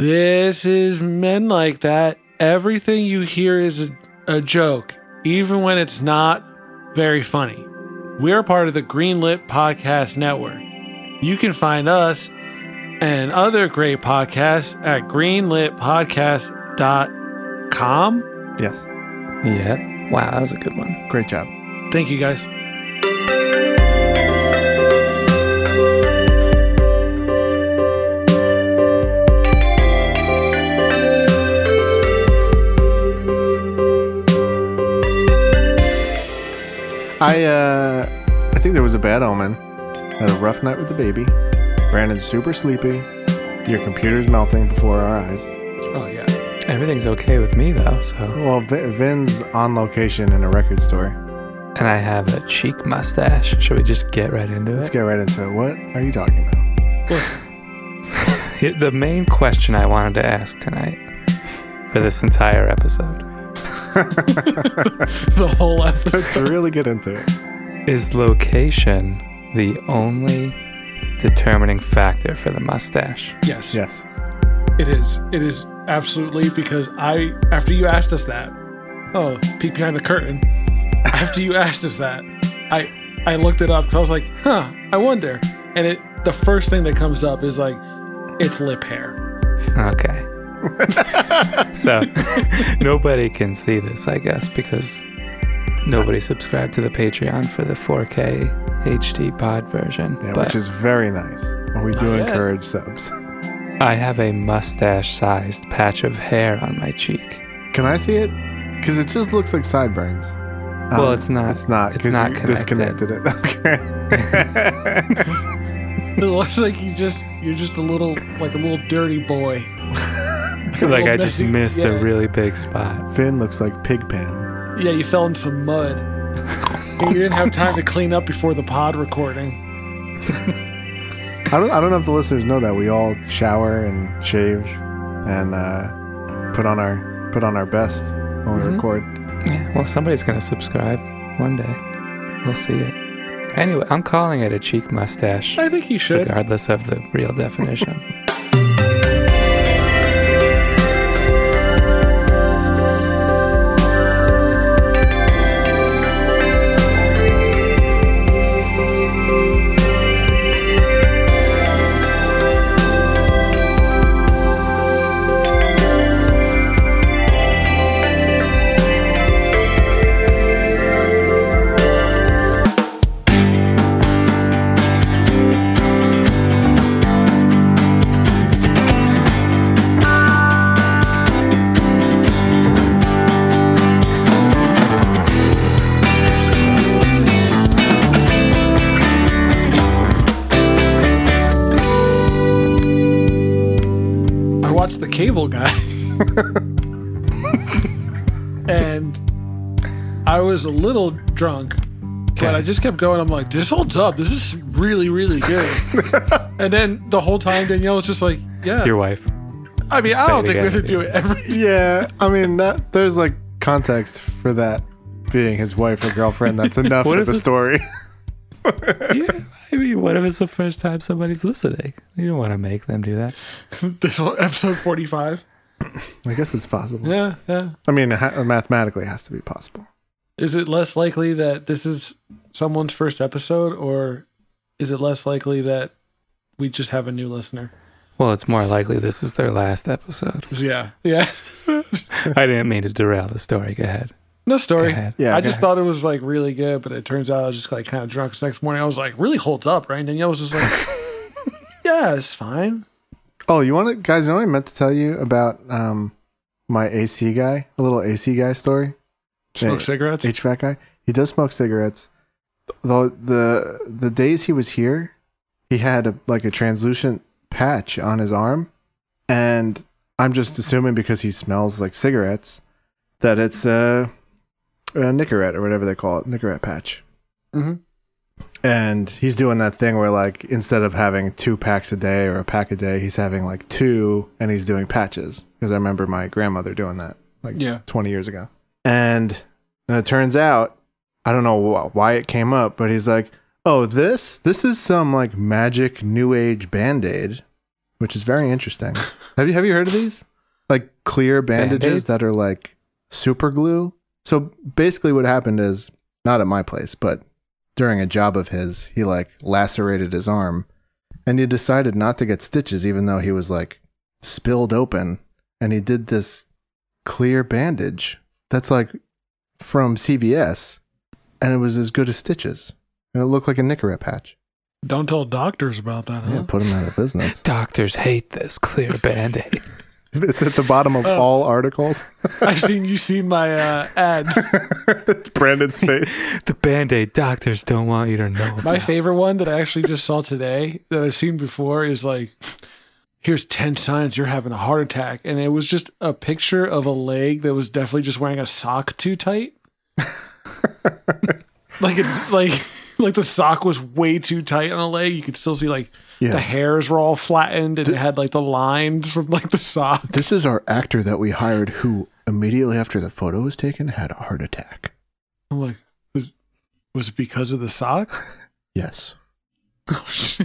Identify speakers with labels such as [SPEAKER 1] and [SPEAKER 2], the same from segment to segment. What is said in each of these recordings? [SPEAKER 1] This is men like that. Everything you hear is a, a joke, even when it's not very funny. We're part of the Greenlit Podcast Network. You can find us and other great podcasts at greenlitpodcast.com.
[SPEAKER 2] Yes.
[SPEAKER 3] Yeah. Wow, that was a good one.
[SPEAKER 2] Great job.
[SPEAKER 1] Thank you guys.
[SPEAKER 2] I uh, I think there was a bad omen. Had a rough night with the baby. Brandon's super sleepy. Your computer's melting before our eyes.
[SPEAKER 1] Oh, yeah.
[SPEAKER 3] Everything's okay with me though, so
[SPEAKER 2] Well, Vi- Vin's on location in a record store.
[SPEAKER 3] and I have a cheek mustache. Should we just get right into
[SPEAKER 2] Let's
[SPEAKER 3] it?
[SPEAKER 2] get right into it. What are you talking about?
[SPEAKER 3] The main question I wanted to ask tonight for this entire episode
[SPEAKER 1] The whole episode.
[SPEAKER 2] Let's really get into it.
[SPEAKER 3] is location the only determining factor for the mustache?
[SPEAKER 1] Yes.
[SPEAKER 2] Yes.
[SPEAKER 1] It is. It is absolutely because I, after you asked us that, oh, peek behind the curtain. After you asked us that, I, I looked it up 'cause I was like, huh, I wonder. And it, the first thing that comes up is like, it's lip hair.
[SPEAKER 3] Okay. so nobody can see this, I guess, because nobody subscribed to the Patreon for the 4K HD pod version.
[SPEAKER 2] Yeah,
[SPEAKER 3] but
[SPEAKER 2] which is very nice. And we do
[SPEAKER 1] yet.
[SPEAKER 2] encourage subs.
[SPEAKER 3] I have a mustache-sized patch of hair on my cheek.
[SPEAKER 2] Can I see it? Because it just looks like sideburns.
[SPEAKER 1] Ah,
[SPEAKER 2] Um,
[SPEAKER 3] Well, it's not-
[SPEAKER 2] It's not.
[SPEAKER 3] it's
[SPEAKER 2] 'cause
[SPEAKER 3] not
[SPEAKER 2] you
[SPEAKER 3] connected.
[SPEAKER 2] disconnected it. Okay.
[SPEAKER 1] It looks like you just, you're just a little, like a little dirty boy. a
[SPEAKER 3] Like
[SPEAKER 1] little
[SPEAKER 3] I just
[SPEAKER 1] messy-
[SPEAKER 3] missed
[SPEAKER 1] yeah.
[SPEAKER 3] a really big spot.
[SPEAKER 2] Finn looks like Pigpen.
[SPEAKER 1] Yeah, you fell in some mud. you didn't have time to clean up before the pod recording.
[SPEAKER 2] I don't, I don't know if the listeners know that we all shower and shave and uh, put on our put on our best when we
[SPEAKER 3] Mhm.
[SPEAKER 1] Mm-hmm.
[SPEAKER 2] record.
[SPEAKER 3] Yeah, well, somebody's gonna subscribe one day. We'll see it. Anyway, I'm calling it a cheek mustache,
[SPEAKER 1] I think you should.
[SPEAKER 3] regardless of the real definition.
[SPEAKER 1] I watched The Cable Guy. and I was a little drunk, but I just kept going. I'm like, this holds up. This is really, really good. and then the whole time, Danielle was just like, yeah.
[SPEAKER 3] Your wife.
[SPEAKER 1] I mean,
[SPEAKER 3] just
[SPEAKER 1] I
[SPEAKER 3] say
[SPEAKER 1] don't
[SPEAKER 3] it
[SPEAKER 1] think we have
[SPEAKER 3] again,
[SPEAKER 1] to do it every
[SPEAKER 2] Yeah, I mean that there's like context for that being his wife or girlfriend. That's enough
[SPEAKER 3] What
[SPEAKER 2] for
[SPEAKER 3] if
[SPEAKER 2] the
[SPEAKER 3] it's-
[SPEAKER 2] story.
[SPEAKER 3] yeah, I mean, what if it's the first time somebody's listening? You don't want to make them do that.
[SPEAKER 1] this whole episode 45.
[SPEAKER 2] I guess it's possible.
[SPEAKER 1] Yeah, yeah.
[SPEAKER 2] I mean, it ha- mathematically it has to be possible.
[SPEAKER 1] Is it less likely that this is someone's first episode, or is it less likely that we just have a new listener?
[SPEAKER 3] Well, it's more likely this is their last episode.
[SPEAKER 1] Yeah, yeah.
[SPEAKER 3] I didn't mean to derail the story. Go ahead.
[SPEAKER 1] No
[SPEAKER 3] Go
[SPEAKER 1] story.
[SPEAKER 3] ahead.
[SPEAKER 2] Yeah,
[SPEAKER 1] I
[SPEAKER 2] go
[SPEAKER 1] just
[SPEAKER 2] ahead.
[SPEAKER 1] thought it was like really good, but it turns out I was just like kind of drunk. So next morning, I was like, really holds up, right? And Danielle was just like, yeah, it's fine.
[SPEAKER 2] Oh, you want to guys? You know what I meant to tell you about um my AC guy, a little AC guy story.
[SPEAKER 1] Smoke
[SPEAKER 2] Yeah.
[SPEAKER 1] cigarettes.
[SPEAKER 2] HVAC guy. He does smoke cigarettes. Though the the days he was here, he had a, like a translucent patch on his arm, and I'm just assuming because he smells like cigarettes that it's a, a Nicorette or whatever they call it, Nicorette patch.
[SPEAKER 1] Mhm.
[SPEAKER 2] And he's doing that thing where like instead of having two packs a day or a pack a day, he's having like two, and he's doing patches because I remember my grandmother doing that like
[SPEAKER 1] Yeah.
[SPEAKER 2] 20 years ago. And and it turns out, I don't know wh- why it came up, but he's like, "Oh, this this is some like magic new age band aid which is very interesting. have you have you heard of these? Like clear bandages
[SPEAKER 3] Band-Aids?
[SPEAKER 2] that are like super glue. So basically what happened is not at my place, but during a job of his, he like lacerated his arm and he decided not to get stitches even though he was like spilled open and he did this clear bandage that's like from CVS and it was as good as stitches and it looked like a Nicorette patch.
[SPEAKER 1] Don't tell doctors about that, huh?
[SPEAKER 2] Yeah, put him out of business.
[SPEAKER 3] Doctors hate this clear band aid.
[SPEAKER 2] It's at the bottom of all articles.
[SPEAKER 1] I've seen you seen my uh, ads.
[SPEAKER 2] it's Brandon's face.
[SPEAKER 3] the band aid doctors don't want you to know.
[SPEAKER 1] My
[SPEAKER 3] about.
[SPEAKER 1] favorite one that I actually just saw today that I've seen before is like, here's 10 signs you're having a heart attack. And it was just a picture of a leg that was definitely just wearing a sock too tight. like it's like like the sock was way too tight on a leg. You could still see like
[SPEAKER 2] Yeah.
[SPEAKER 1] the hairs were all flattened and it had like the lines from like the sock.
[SPEAKER 2] This is our actor that we hired who immediately after the photo was taken had a heart attack.
[SPEAKER 1] I'm like, was was it because of the sock?
[SPEAKER 2] Yes.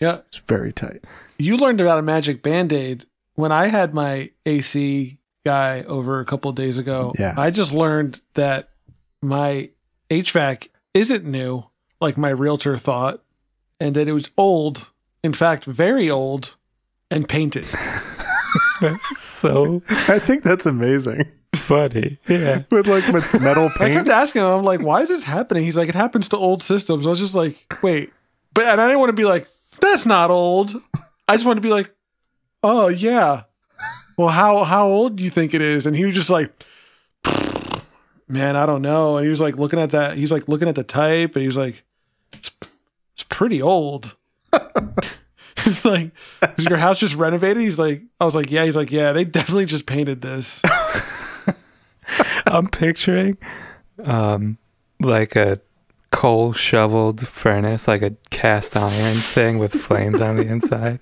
[SPEAKER 1] yeah.
[SPEAKER 2] It's very tight.
[SPEAKER 1] you learned about a magic band-aid when i had my ac guy over a couple of days ago
[SPEAKER 2] Yeah.
[SPEAKER 1] i just learned that my hvac isn't new like my realtor thought and that it was old in fact very old and painted
[SPEAKER 3] That's so
[SPEAKER 2] I think that's amazing.
[SPEAKER 3] funny. Yeah.
[SPEAKER 2] With like met- metal
[SPEAKER 1] i kept
[SPEAKER 2] paint.
[SPEAKER 1] asking him i'm like why is this happening he's like it happens to old systems i was just like wait but and i didn't want to be like that's not old i just wanted to be like oh yeah well how how old do you think it is and he was just like man i don't know and he was like looking at that he's like looking at the type and he was like it's, it's pretty old it's like was your house just renovated he's like i was like yeah he's like yeah they definitely just painted this
[SPEAKER 3] I'm picturing um like a coal shoveled furnace, like a cast iron thing with flames on the inside.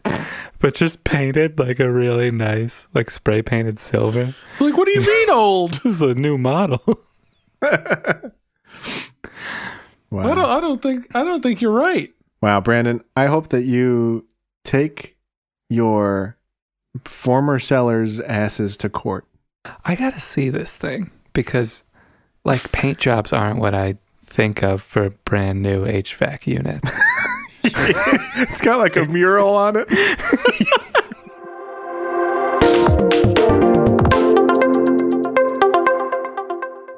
[SPEAKER 3] But just painted like a really nice, like spray painted silver.
[SPEAKER 1] like what do you mean old
[SPEAKER 3] This is a new model.
[SPEAKER 1] I don't.
[SPEAKER 2] Wow.
[SPEAKER 1] I don't think. I don't think you're right.
[SPEAKER 2] wow, Brandon, I hope that you take your former sellers' asses to court.
[SPEAKER 3] I gotta see this thing because like paint jobs aren't what I think of for brand new HVAC units.
[SPEAKER 2] it's got like a mural on it.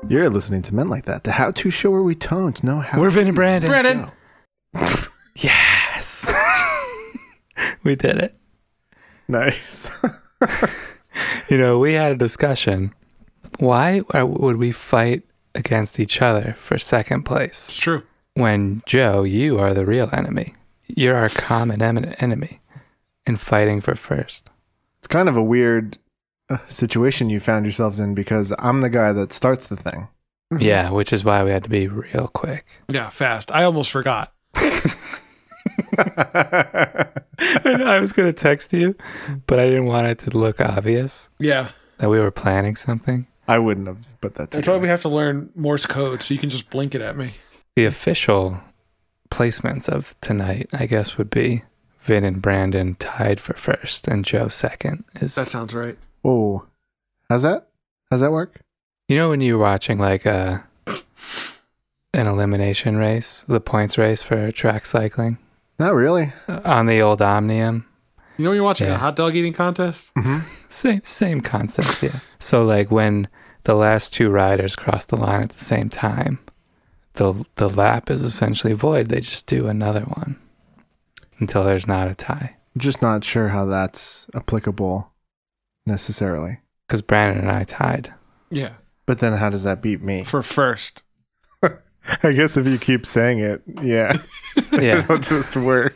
[SPEAKER 2] You're listening to Men Like That, the how to show where we toned, know how
[SPEAKER 3] We're Vin and Brandon.
[SPEAKER 1] Brandon.
[SPEAKER 3] Yes. we did it.
[SPEAKER 2] Nice.
[SPEAKER 3] You know, we had a discussion. Why are, would we fight against each other for second place
[SPEAKER 1] true.
[SPEAKER 3] when Joe, you are the real enemy? You're our common em- enemy in fighting for first.
[SPEAKER 2] it's kind of a weird uh, situation you found yourselves in because I'm the guy that starts the thing.
[SPEAKER 3] Yeah, which is why we had to be real quick.
[SPEAKER 1] Yeah, fast. I almost forgot.
[SPEAKER 3] And I was going to text you, but I didn't want it to look obvious
[SPEAKER 1] Yeah,
[SPEAKER 3] that we were planning something.
[SPEAKER 2] I wouldn't have, but that's
[SPEAKER 1] that's why we have to learn Morse code so you can just blink it at me.
[SPEAKER 3] The official placements of tonight, I guess, would be Vin and Brandon tied for first, and Joe second. Is
[SPEAKER 1] sounds right.
[SPEAKER 2] Whoa. How's that? How's that work?
[SPEAKER 3] You know when you're watching like a an elimination race, the points race for track cycling
[SPEAKER 2] Not really.
[SPEAKER 3] uh, on the old Omnium.
[SPEAKER 1] You know, when you're watching
[SPEAKER 3] Yeah.
[SPEAKER 1] a hot dog eating contest.
[SPEAKER 3] Same same concept, yeah. So like when the last two riders cross the line at the same time, the the lap is essentially void. They just do another one until there's not a tie.
[SPEAKER 2] I'm just not sure how that's applicable necessarily.
[SPEAKER 3] Because Brandon and I tied.
[SPEAKER 1] Yeah,
[SPEAKER 2] But then how does that beat me?
[SPEAKER 1] for first.
[SPEAKER 2] I guess if you keep saying it, yeah,
[SPEAKER 3] Yeah.
[SPEAKER 2] it'll just work.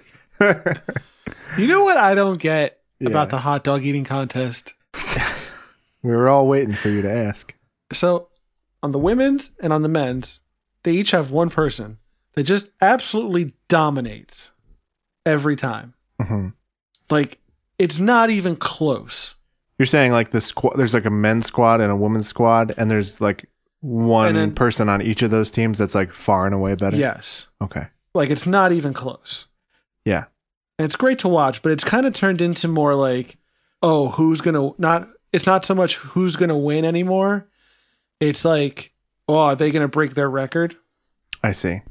[SPEAKER 1] You know what I don't get
[SPEAKER 2] Yeah.
[SPEAKER 1] about the hot dog eating contest?
[SPEAKER 2] we were all waiting for you to ask.
[SPEAKER 1] So, on the women's and on the men's, they each have one person that just absolutely dominates every time.
[SPEAKER 2] hmm
[SPEAKER 1] Like it's not even close.
[SPEAKER 2] You're saying like the squad, there's like a men's squad and a women's squad, and there's like one
[SPEAKER 1] And then-
[SPEAKER 2] person on each of those teams that's like far and away better.
[SPEAKER 1] Yes,
[SPEAKER 2] Okay.
[SPEAKER 1] like it's not even close.
[SPEAKER 2] Yeah.
[SPEAKER 1] And it's great to watch, but it's kind of turned into more like, oh, who's gonna not? It's not so much who's gonna win anymore. It's like, oh, are they gonna break their record?
[SPEAKER 2] I see.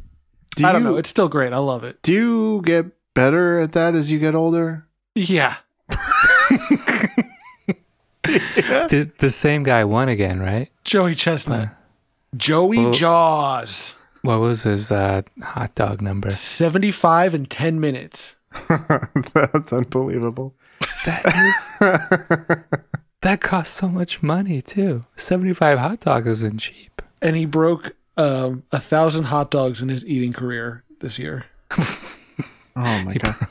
[SPEAKER 1] I don't
[SPEAKER 2] you,
[SPEAKER 1] know. It's still great. I love it.
[SPEAKER 2] do you get better at that as you get older?
[SPEAKER 1] Yeah.
[SPEAKER 3] The, the same guy won again, right?
[SPEAKER 1] Joey Chestnut. Joey
[SPEAKER 3] Well-
[SPEAKER 1] Jaws.
[SPEAKER 3] What was his uh, hot dog number?
[SPEAKER 1] 75 and 10 minutes.
[SPEAKER 2] That's unbelievable.
[SPEAKER 3] That
[SPEAKER 2] Oh
[SPEAKER 3] is that cost so much money too. Seventy-five hot dogs isn't cheap.
[SPEAKER 1] And he broke um, a thousand hot dogs in his eating career this year.
[SPEAKER 2] Oh my god.
[SPEAKER 3] The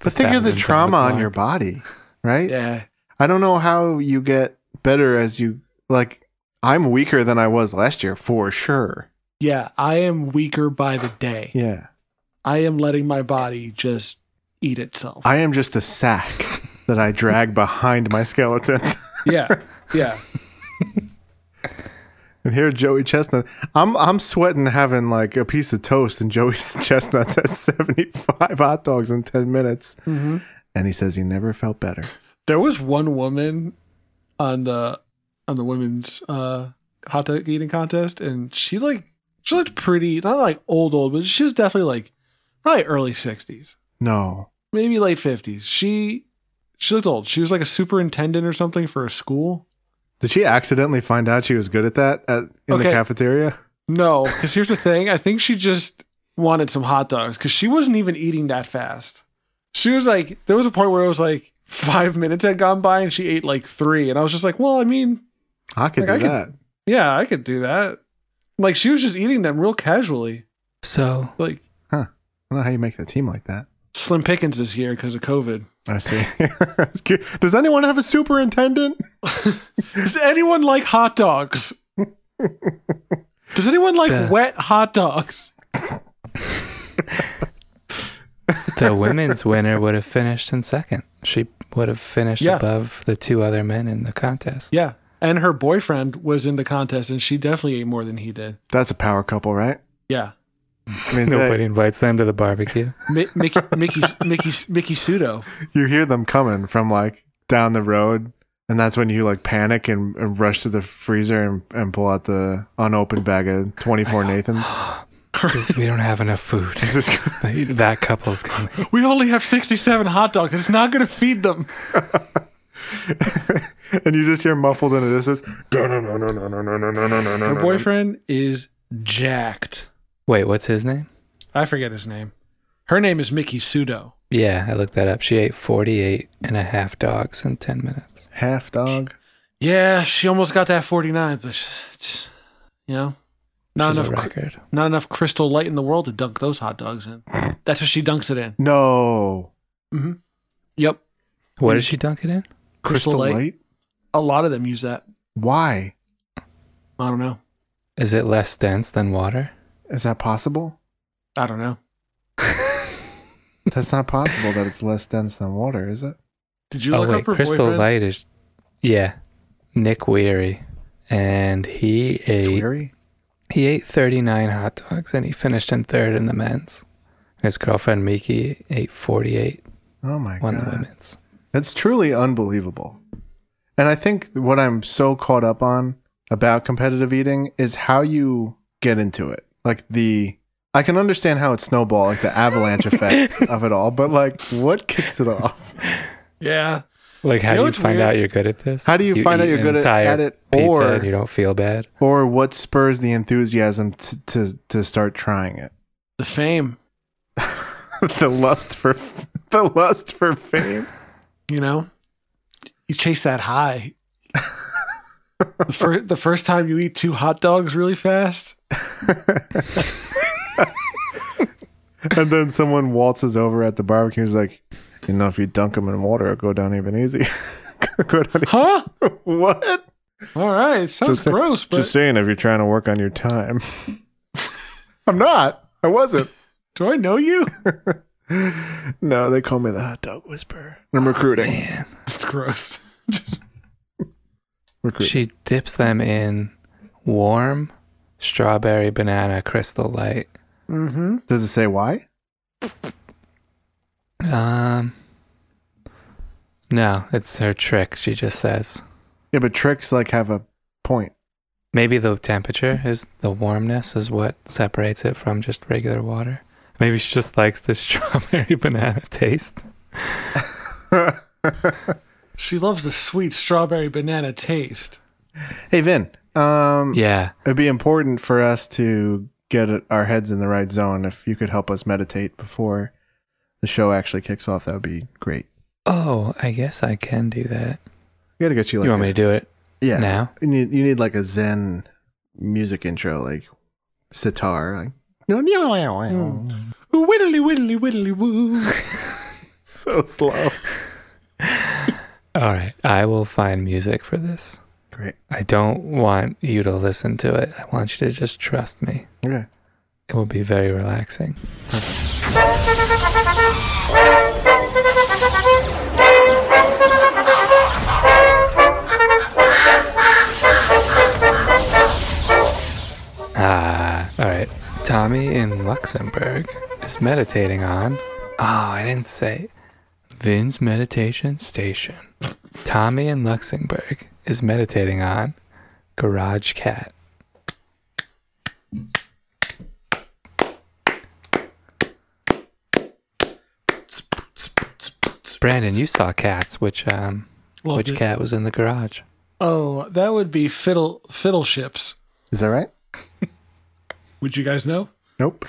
[SPEAKER 2] But think of the
[SPEAKER 3] $1,000
[SPEAKER 2] trauma on
[SPEAKER 3] mark.
[SPEAKER 2] your body, right?
[SPEAKER 1] Yeah.
[SPEAKER 2] I don't know how you get better as you like. I'm weaker than I was last year for sure.
[SPEAKER 1] Yeah. I am weaker by the day.
[SPEAKER 2] Yeah.
[SPEAKER 1] I am letting my body just eat itself.
[SPEAKER 2] I am just a sack that I drag behind my skeleton.
[SPEAKER 1] yeah. Yeah.
[SPEAKER 2] And here, Joey Chestnut. I'm I'm sweating having like a piece of toast, and Joey Chestnut says 75 hot dogs in 10 minutes. And he says he never felt better.
[SPEAKER 1] There was one woman on the on the women's uh hot dog eating contest and she like she looked pretty not like old old but she was definitely like probably early 60s
[SPEAKER 2] No.
[SPEAKER 1] maybe late 50s she she looked old she was like a superintendent or something for a school
[SPEAKER 2] Did she accidentally find out she was good at that at, in the
[SPEAKER 1] Okay.
[SPEAKER 2] cafeteria?
[SPEAKER 1] no because here's the thing i think she just wanted some hot dogs because she wasn't even eating that fast she was like there was a point where it was like five minutes had gone by and she ate like three and i was just like well i mean
[SPEAKER 2] I could
[SPEAKER 1] Like,
[SPEAKER 2] do
[SPEAKER 1] I
[SPEAKER 2] that.
[SPEAKER 1] Yeah, I could do that. Like she was just eating them real casually.
[SPEAKER 3] So
[SPEAKER 1] Like
[SPEAKER 2] I don't know how you make that team like that.
[SPEAKER 1] Slim Pickens this year because of COVID.
[SPEAKER 2] I see. That's cute. Does anyone have a superintendent?
[SPEAKER 1] Does anyone like hot dogs? Does anyone like
[SPEAKER 3] The-
[SPEAKER 1] wet hot dogs?
[SPEAKER 3] the women's winner would have finished in second. She would have finished
[SPEAKER 1] Yeah.
[SPEAKER 3] above the two other men in the contest.
[SPEAKER 1] Yeah. And her boyfriend was in the contest and she definitely ate more than he did.
[SPEAKER 2] That's a power couple, right?
[SPEAKER 1] Yeah.
[SPEAKER 2] I mean,
[SPEAKER 3] Nobody
[SPEAKER 2] they,
[SPEAKER 3] invites them to the barbecue.
[SPEAKER 1] Mi- Mickey, Mickey, Mickey, Mickey Sudo.
[SPEAKER 2] you hear them coming from like down the road, and that's when you like panic and, and rush to the freezer and, and pull out the unopened bag of 24 Nathans.
[SPEAKER 3] Dude, we don't have enough food.
[SPEAKER 2] This is-
[SPEAKER 3] that couple's coming.
[SPEAKER 1] We only have 67 hot dogs. It's not going to feed them.
[SPEAKER 2] and you just hear muffled in a distance. No, no, no, no, no, no, no, no, no, no, no,
[SPEAKER 1] Her
[SPEAKER 2] no.
[SPEAKER 1] boyfriend is jacked.
[SPEAKER 3] Wait, what's his name?
[SPEAKER 1] I forget his name. Her name is Mickey Sudo.
[SPEAKER 3] Yeah, I looked that up. She ate 48 and a half dogs in 10 minutes.
[SPEAKER 2] Half dog.
[SPEAKER 1] Yeah, she almost got that 49, but it's, you know, not
[SPEAKER 3] Which is a
[SPEAKER 1] enough cr-
[SPEAKER 3] record.
[SPEAKER 1] not enough crystal light in the world to dunk those hot dogs in. That's what she dunks it in.
[SPEAKER 2] No.
[SPEAKER 1] Yep.
[SPEAKER 3] What did she dunk it in?
[SPEAKER 1] Crystal
[SPEAKER 2] Crystal,
[SPEAKER 1] light.
[SPEAKER 2] light?
[SPEAKER 1] A lot of them use that.
[SPEAKER 2] Why?
[SPEAKER 1] I don't know.
[SPEAKER 3] Is it less dense than water?
[SPEAKER 2] Is that possible?
[SPEAKER 1] I don't know.
[SPEAKER 2] That's not possible that it's less dense than water, is it?
[SPEAKER 1] Did you
[SPEAKER 3] oh
[SPEAKER 1] look
[SPEAKER 3] wait,
[SPEAKER 1] up her
[SPEAKER 3] Crystal
[SPEAKER 1] boyfriend?
[SPEAKER 3] Light is yeah, Nick Weary, and he ate
[SPEAKER 2] Sweary?
[SPEAKER 3] he ate thirty nine hot dogs and he finished in third in the men's. His girlfriend Miki ate forty eight,
[SPEAKER 2] Oh my
[SPEAKER 3] won the
[SPEAKER 2] god.
[SPEAKER 3] women's.
[SPEAKER 2] That's truly unbelievable. And I think what I'm so caught up on about competitive eating is how you get into it. Like the I can understand how it snowball, like the avalanche effect of it all, but like what kicks it off?
[SPEAKER 1] Yeah.
[SPEAKER 3] Like how
[SPEAKER 1] know
[SPEAKER 3] do you
[SPEAKER 1] what's
[SPEAKER 3] find
[SPEAKER 1] weird?
[SPEAKER 3] out you're good at this?
[SPEAKER 2] How do you find out
[SPEAKER 3] eat
[SPEAKER 2] you're
[SPEAKER 3] an
[SPEAKER 2] good at-
[SPEAKER 3] entire
[SPEAKER 2] at it,
[SPEAKER 3] pizza
[SPEAKER 2] or-
[SPEAKER 3] and you don't feel bad?
[SPEAKER 2] or what spurs the enthusiasm to to, to start trying it
[SPEAKER 1] The fame,
[SPEAKER 2] the lust for the lust for fame
[SPEAKER 1] you know? You chase that high. the, fir- the first time you eat two hot dogs really fast,
[SPEAKER 2] and then someone waltzes over at the barbecue and is like you know if you dunk them in water it'll go down even easy go down
[SPEAKER 1] huh?
[SPEAKER 2] what
[SPEAKER 1] All right, sounds
[SPEAKER 2] Just say-
[SPEAKER 1] gross, but
[SPEAKER 2] just saying if you're trying to work on your time i'm not i wasn't
[SPEAKER 1] do I know you?
[SPEAKER 2] no they call me the hot dog whisperer i'm recruiting
[SPEAKER 1] It's gross. Just
[SPEAKER 2] recruiting
[SPEAKER 3] She dips them in warm strawberry banana crystal light.
[SPEAKER 1] mm-hmm.
[SPEAKER 2] does it say why
[SPEAKER 3] Um, no, it's her trick. She just says
[SPEAKER 2] Yeah, but tricks like have a point.
[SPEAKER 3] maybe the temperature is the warmness is what separates it from just regular water. Maybe she just likes the strawberry banana taste.
[SPEAKER 1] She loves the sweet strawberry banana taste.
[SPEAKER 2] hey Vin, um,
[SPEAKER 3] Yeah,
[SPEAKER 2] it'd be important for us to get our heads in the right zone. If you could help us meditate before the show actually kicks off, that would be great.
[SPEAKER 3] Oh, I guess I can do that.
[SPEAKER 2] We gotta get you like
[SPEAKER 3] you want
[SPEAKER 2] a-
[SPEAKER 3] me to do it
[SPEAKER 2] yeah.
[SPEAKER 3] now?
[SPEAKER 2] You need you need like a Zen music intro, like sitar, like
[SPEAKER 3] Hmm.
[SPEAKER 2] no,
[SPEAKER 1] Ooh, Widdly widdly widdly woo.
[SPEAKER 2] so slow.
[SPEAKER 3] All right. I will find music for this.
[SPEAKER 2] Great.
[SPEAKER 3] I don't want you to listen to it. I want you to just trust me.
[SPEAKER 2] Okay.
[SPEAKER 3] It will be very relaxing. Ah, all right. Tommy in Luxembourg is meditating on. Oh, I didn't say. Vin's meditation station. Tommy in Luxembourg is meditating on Garage Cat. Brandon, you saw cats. Which um,
[SPEAKER 1] Loved
[SPEAKER 3] which
[SPEAKER 1] it.
[SPEAKER 3] cat was in the garage?
[SPEAKER 1] Oh, that would be fiddle fiddle ships.
[SPEAKER 2] Is that right?
[SPEAKER 1] Would you guys know?
[SPEAKER 2] Nope.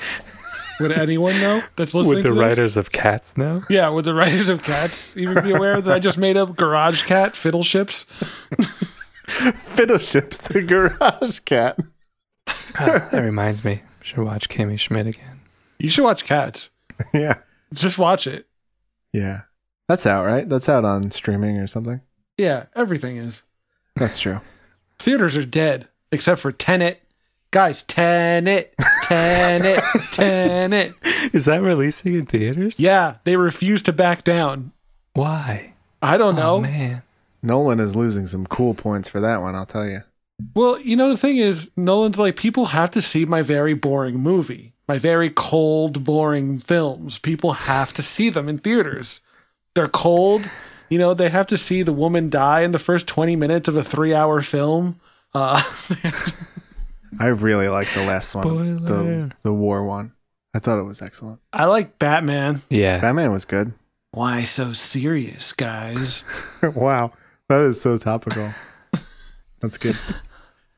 [SPEAKER 1] Would anyone know that's listening? to this?
[SPEAKER 3] of cats know?
[SPEAKER 1] Yeah, would the writers of cats even be aware that I just made up garage cat fiddle ships?
[SPEAKER 2] Fiddleships the garage cat.
[SPEAKER 3] that reminds me. Should watch Kimmy Schmidt again.
[SPEAKER 1] You should watch cats.
[SPEAKER 2] yeah.
[SPEAKER 1] Just watch it.
[SPEAKER 2] Yeah. That's out, right? That's out on streaming or something.
[SPEAKER 1] Yeah, everything is.
[SPEAKER 2] That's true.
[SPEAKER 1] Theaters are dead except for Tenet. Guys, Tenet, Tenet, Tenet.
[SPEAKER 3] Is that releasing in theaters?
[SPEAKER 1] Yeah, they refuse to back down.
[SPEAKER 3] Why?
[SPEAKER 1] I don't know.
[SPEAKER 3] Oh man.
[SPEAKER 2] Nolan is losing some cool points for that one, I'll tell you.
[SPEAKER 1] Well, you know, the thing is, Nolan's like, people have to see my very boring movie, my very cold, boring films. People have to see them in theaters. They're cold. You know, they have to see the woman die in the first 20 minutes of a three hour film. Uh,
[SPEAKER 2] I really like the last one. The
[SPEAKER 3] Spoiler.
[SPEAKER 2] the war one. I thought it was excellent.
[SPEAKER 1] I like Batman.
[SPEAKER 3] Yeah.
[SPEAKER 2] Batman was good.
[SPEAKER 1] Why so serious, guys?
[SPEAKER 2] wow. That is so topical. That's good.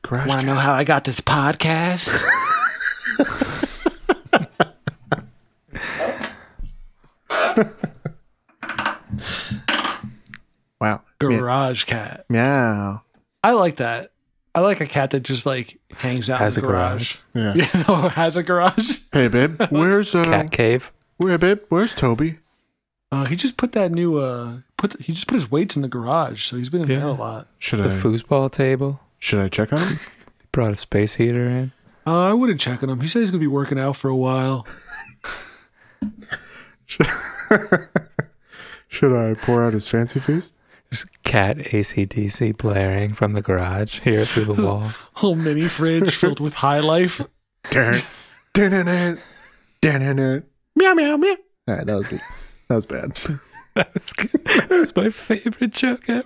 [SPEAKER 2] Garage
[SPEAKER 1] Want to know
[SPEAKER 2] cat.
[SPEAKER 1] how I got this podcast?
[SPEAKER 2] Wow. Meow.
[SPEAKER 1] Garage cat.
[SPEAKER 2] Meow.
[SPEAKER 1] I like that. I like a cat that just like hangs out
[SPEAKER 3] Has
[SPEAKER 1] in the
[SPEAKER 3] a garage.
[SPEAKER 1] garage.
[SPEAKER 2] Yeah.
[SPEAKER 1] You know, has a garage.
[SPEAKER 2] Hey babe, where's uh
[SPEAKER 3] Cat cave.
[SPEAKER 2] where babe, where's Toby?
[SPEAKER 1] Uh, he just put that new uh put he just put his weights in the garage, so he's been in there a
[SPEAKER 3] Yeah.
[SPEAKER 1] lot.
[SPEAKER 2] Should
[SPEAKER 3] The
[SPEAKER 2] I
[SPEAKER 3] foosball table.
[SPEAKER 2] should I check on him?
[SPEAKER 3] Brought a space heater in.
[SPEAKER 1] Uh, I wouldn't check on him. He said he's gonna be working out for a while.
[SPEAKER 2] Should I pour out his fancy feast?
[SPEAKER 3] There's cat ACDC blaring from the garage here through the walls.
[SPEAKER 1] Little mini fridge filled with high life.
[SPEAKER 2] Dun, dun, dun, dun, dun, dun, dun. Meow meow meow. All right, that was that was bad.
[SPEAKER 3] That was, good. that was my favorite joke ever.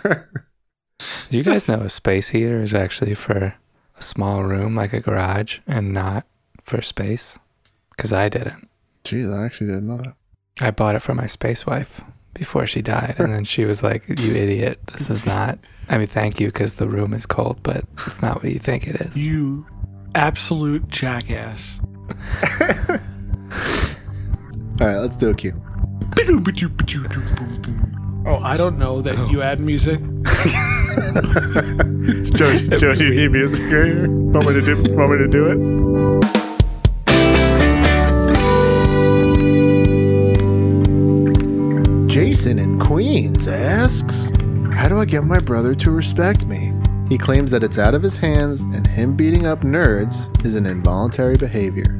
[SPEAKER 3] Um, do you guys know a space heater is actually for a small room like a garage and not for space? Because I didn't.
[SPEAKER 2] Jeez, I actually didn't know that.
[SPEAKER 3] I bought it for my space wife before she died. And then she was like, You idiot. This is not. I mean, thank you because the room is cold, but it's not what you think it is.
[SPEAKER 1] You absolute jackass.
[SPEAKER 2] All right, let's do a cue.
[SPEAKER 1] Oh, I don't know that you add music.
[SPEAKER 2] Josh, Josh, you need music right here. Want me to do? Want me to do it? Jason in Queens asks, "How do I get my brother to respect me?" He claims that it's out of his hands, and him beating up nerds is an involuntary behavior.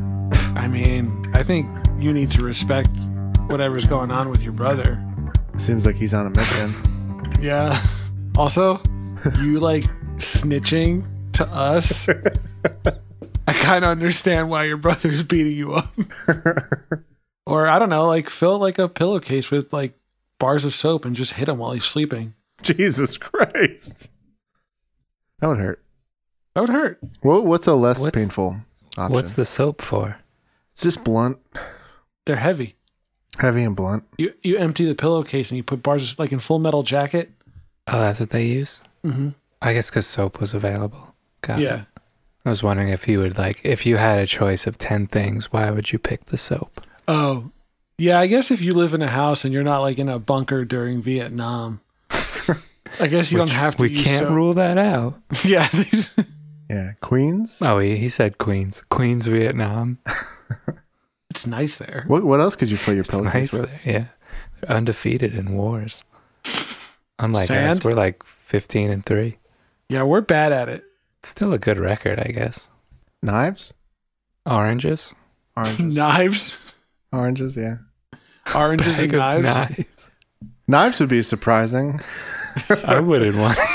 [SPEAKER 1] I mean, I think you need to respect whatever's going on with your brother.
[SPEAKER 2] Seems like he's on a mission.
[SPEAKER 1] Yeah. Also, you like snitching to us. I kind of understand why your brother's beating you up. or I don't know, like fill like a pillowcase with like bars of soap and just hit him while he's sleeping.
[SPEAKER 2] Jesus Christ. That would hurt.
[SPEAKER 1] That would hurt.
[SPEAKER 2] Well, what's a less
[SPEAKER 3] What's-
[SPEAKER 2] painful option?
[SPEAKER 3] What's the soap for?
[SPEAKER 2] it's just blunt,
[SPEAKER 1] They're heavy.
[SPEAKER 2] heavy and blunt.
[SPEAKER 1] You you empty the pillowcase and you put bars of- like in Full Metal Jacket.
[SPEAKER 3] Oh, that's what they use.
[SPEAKER 1] Mm-hmm.
[SPEAKER 3] I guess because soap was available. Got it.
[SPEAKER 1] Yeah.
[SPEAKER 3] I was wondering if you would like if you had a choice of ten things, why would you pick the soap?
[SPEAKER 1] Oh, yeah. I guess if you live in a house and you're not like in a bunker during Vietnam, I guess you
[SPEAKER 3] Which
[SPEAKER 1] don't have to.
[SPEAKER 3] We
[SPEAKER 1] use
[SPEAKER 3] can't
[SPEAKER 1] soap.
[SPEAKER 3] rule that out.
[SPEAKER 1] Yeah. these-
[SPEAKER 2] Yeah, Queens.
[SPEAKER 3] Oh, he, he said Queens, Queens, Vietnam.
[SPEAKER 1] it's nice there.
[SPEAKER 2] What what else could you fill your
[SPEAKER 3] It's
[SPEAKER 2] pillowcase
[SPEAKER 3] nice
[SPEAKER 2] with?
[SPEAKER 3] there. Yeah, they're undefeated in wars. Unlike
[SPEAKER 1] Sand?
[SPEAKER 3] us, we're like fifteen and three.
[SPEAKER 1] Yeah, we're bad at it.
[SPEAKER 3] It's still a good record, I guess.
[SPEAKER 2] Knives,
[SPEAKER 3] Oranges.
[SPEAKER 2] oranges,
[SPEAKER 1] Knives,
[SPEAKER 2] oranges. Yeah,
[SPEAKER 1] oranges, and
[SPEAKER 3] Bag of
[SPEAKER 1] knives.
[SPEAKER 3] knives.
[SPEAKER 2] knives would be surprising.
[SPEAKER 3] I wouldn't want.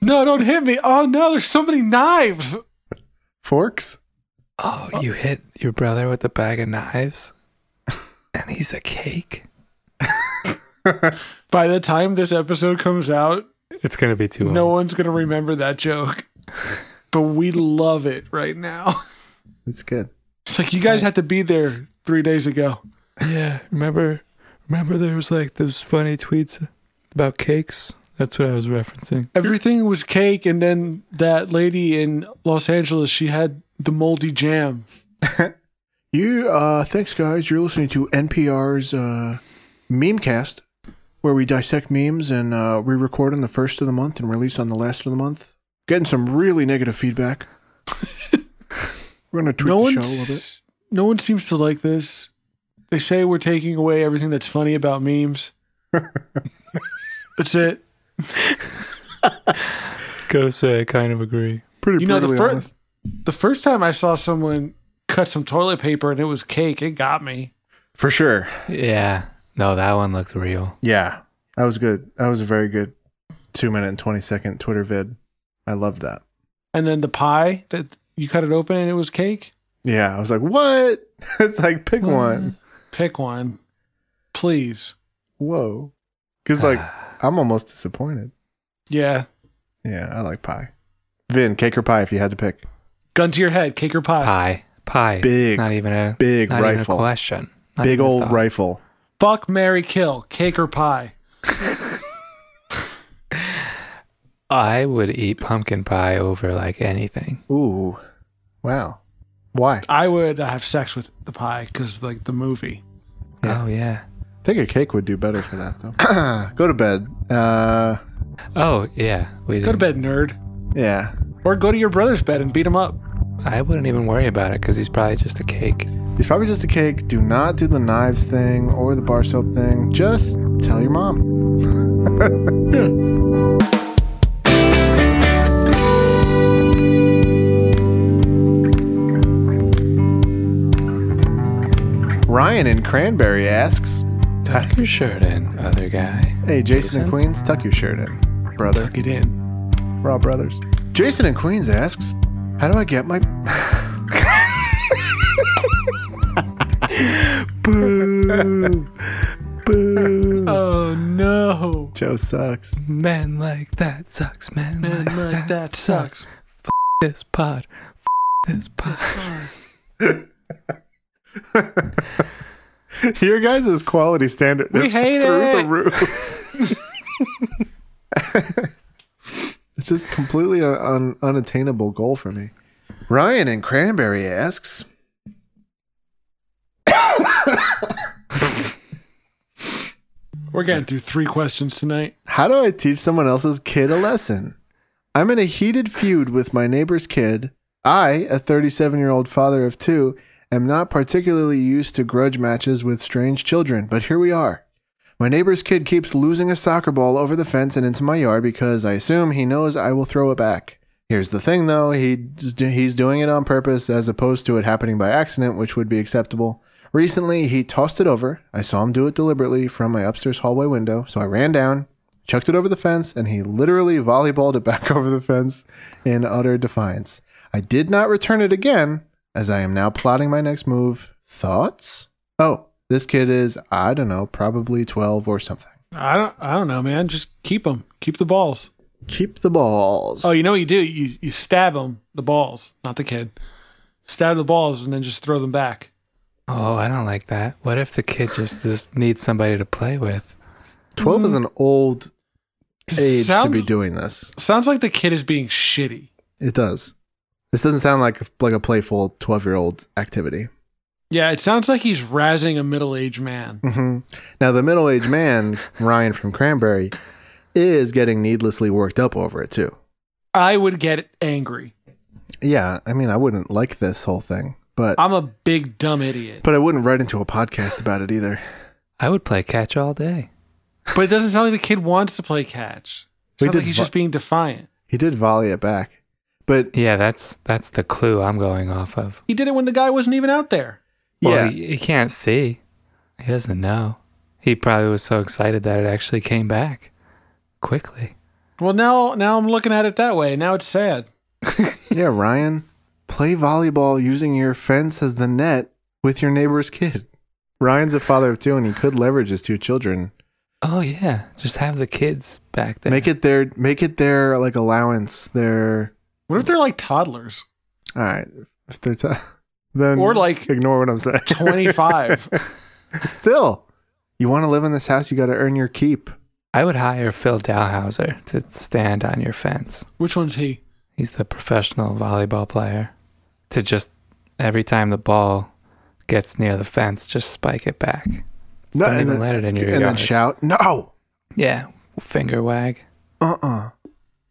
[SPEAKER 1] No, don't hit me. Oh no, there's so many knives.
[SPEAKER 2] Forks.
[SPEAKER 3] Oh, you hit your brother with a bag of knives, and he's a cake.
[SPEAKER 1] By the time this episode comes out,
[SPEAKER 3] It's gonna be too
[SPEAKER 1] no one's gonna remember that joke. But we love it right now.
[SPEAKER 2] It's good.
[SPEAKER 1] It's like you guys had to be there three days ago.
[SPEAKER 3] Yeah, remember, remember there was like those funny tweets about cakes. That's what I was referencing.
[SPEAKER 1] Everything was cake, and then that lady in Los Angeles, she had the moldy jam.
[SPEAKER 2] You uh, thanks guys. You're listening to NPR's uh, memecast, where we dissect memes and uh, we record on the first of the month and release on the last of the month. Getting some really negative feedback. We're gonna tweak
[SPEAKER 1] no
[SPEAKER 2] the
[SPEAKER 1] one,
[SPEAKER 2] show a little bit.
[SPEAKER 1] no one seems to like this. They say we're taking away everything that's funny about memes. that's it.
[SPEAKER 3] Gotta say, I kind of agree.
[SPEAKER 2] Pretty
[SPEAKER 1] You know, the
[SPEAKER 2] brutally
[SPEAKER 1] fir-
[SPEAKER 2] honest.
[SPEAKER 1] The first time I saw someone cut some toilet paper and it was cake, it got me.
[SPEAKER 2] for sure.
[SPEAKER 3] Yeah, no, that one looked real.
[SPEAKER 2] Yeah, that was good. That was a very good two minute and twenty second Twitter vid. I loved that.
[SPEAKER 1] And then the pie that you cut it open and it was cake.
[SPEAKER 2] Yeah, I was like, what? it's like pick one.
[SPEAKER 1] Pick one, please.
[SPEAKER 2] Whoa, because like
[SPEAKER 3] Uh,
[SPEAKER 2] I'm almost disappointed.
[SPEAKER 1] Yeah,
[SPEAKER 2] Yeah, I like pie. Vin, cake or pie? If you had to pick,
[SPEAKER 1] gun to your head, cake or pie.
[SPEAKER 3] pie, pie.
[SPEAKER 2] Big,
[SPEAKER 3] It's not even a
[SPEAKER 2] big
[SPEAKER 3] not even a
[SPEAKER 2] rifle.
[SPEAKER 3] question. Not
[SPEAKER 2] big
[SPEAKER 3] even a
[SPEAKER 2] old
[SPEAKER 3] thought.
[SPEAKER 2] rifle.
[SPEAKER 1] Fuck, Mary, kill, cake or pie.
[SPEAKER 3] I would eat pumpkin pie over like anything.
[SPEAKER 2] Ooh, wow. Why?
[SPEAKER 1] I would have sex with the pie because like the movie.
[SPEAKER 3] Oh yeah.
[SPEAKER 2] I think a cake would do better for that though. Go to bed. Uh,
[SPEAKER 3] Oh yeah. We
[SPEAKER 1] Go to
[SPEAKER 3] didn't-
[SPEAKER 1] bed, nerd,
[SPEAKER 2] yeah.
[SPEAKER 1] or go to your brother's bed and beat him up.
[SPEAKER 3] I wouldn't even worry about it because he's probably just a cake.
[SPEAKER 2] It's probably just a cake. Do not do the knives thing or the bar soap thing. Just tell your mom. Ryan in Cranberry asks,
[SPEAKER 3] Tuck your shirt in, other guy.
[SPEAKER 2] "Hey, Jason and Queens, tuck your shirt in, brother.
[SPEAKER 1] Get in.
[SPEAKER 2] We're all brothers." Jason and Queens asks, "How do I get my?"
[SPEAKER 3] Boo. Boo.
[SPEAKER 1] Oh no,
[SPEAKER 2] Joe sucks.
[SPEAKER 3] Men like that sucks. Men,
[SPEAKER 1] man,
[SPEAKER 3] like,
[SPEAKER 1] like
[SPEAKER 3] that,
[SPEAKER 1] that
[SPEAKER 3] sucks.
[SPEAKER 1] sucks.
[SPEAKER 3] This pod. F- this pod.
[SPEAKER 2] Your guys' quality standard
[SPEAKER 1] We
[SPEAKER 2] is
[SPEAKER 1] hate
[SPEAKER 2] through the
[SPEAKER 1] it.
[SPEAKER 2] roof. it's just completely an un- unattainable goal for me. Ryan and Cranberry asks.
[SPEAKER 1] We're getting through three questions tonight.
[SPEAKER 2] How do I teach someone else's kid a lesson? I'm in a heated feud with my neighbor's kid. I, a 37 year old father of two, am not particularly used to grudge matches with strange children, but here we are. My neighbor's kid keeps losing a soccer ball over the fence and into my yard because I assume he knows I will throw it back. Here's the thing though, he, he's doing it on purpose as opposed to it happening by accident, which would be acceptable. Recently, he tossed it over. I saw him do it deliberately from my upstairs hallway window, so I ran down, chucked it over the fence, and he literally volleyballed it back over the fence in utter defiance. I did not return it again, as I am now plotting my next move. Thoughts? Oh, this kid is, I don't know, probably 12 or something.
[SPEAKER 1] I don't. I don't know, man. Just keep them. Keep the balls.
[SPEAKER 2] Keep the balls.
[SPEAKER 1] Oh, you know what you do? You you stab them, the balls, not the kid. Stab the balls and then just throw them back.
[SPEAKER 3] Oh, I don't like that. What if the kid just, just needs somebody to play with?
[SPEAKER 2] 12 is an old age to
[SPEAKER 1] Sounds-
[SPEAKER 2] be doing this.
[SPEAKER 1] Sounds like the kid is being shitty.
[SPEAKER 2] It does. This doesn't sound like like a playful 12 year old activity.
[SPEAKER 1] Yeah, it sounds like he's razzing a middle-aged man.
[SPEAKER 2] hmm Now, the middle aged man, Ryan from Cranberry, is getting needlessly worked up over it, too.
[SPEAKER 1] I would get angry.
[SPEAKER 2] Yeah, I mean, I wouldn't like this whole thing, but
[SPEAKER 1] I'm a big dumb idiot.
[SPEAKER 2] but I wouldn't write into a podcast about it either.
[SPEAKER 3] I would play catch all day.
[SPEAKER 1] But it doesn't sound like the kid wants to play catch. It
[SPEAKER 2] We
[SPEAKER 1] sounds
[SPEAKER 2] did
[SPEAKER 1] like he's
[SPEAKER 2] vo-
[SPEAKER 1] just being defiant.
[SPEAKER 2] He did volley it back, but
[SPEAKER 3] Yeah, that's that's the clue I'm going off of.
[SPEAKER 1] He did it when the guy wasn't even out there.
[SPEAKER 3] Well,
[SPEAKER 2] yeah,
[SPEAKER 3] he, he can't see. He doesn't know. He probably was so excited that it actually came back quickly.
[SPEAKER 1] Well, now now I'm looking at it that way. Now it's sad.
[SPEAKER 2] yeah, Ryan, play volleyball using your fence as the net with your neighbor's kid. Ryan's a father of two, and he could leverage his two children.
[SPEAKER 3] Oh yeah, just have the kids back there.
[SPEAKER 2] Make it their make it their like allowance. Their
[SPEAKER 1] What if they're like toddlers?
[SPEAKER 2] all right. If they're t- then
[SPEAKER 1] Or, like,
[SPEAKER 2] ignore what I'm saying.
[SPEAKER 1] 25.
[SPEAKER 2] Still, you want to live in this house, you got to earn your keep.
[SPEAKER 3] I would hire Phil Dalhauser to stand on your fence.
[SPEAKER 1] Which one's he?
[SPEAKER 3] He's the professional volleyball player. To just every time the ball gets near the fence, just spike it back.
[SPEAKER 2] No,
[SPEAKER 3] Don't
[SPEAKER 2] and
[SPEAKER 3] even
[SPEAKER 2] then,
[SPEAKER 3] let it in your
[SPEAKER 2] and then
[SPEAKER 3] yard.
[SPEAKER 2] shout no.
[SPEAKER 3] yeah, finger wag.
[SPEAKER 2] Uh uh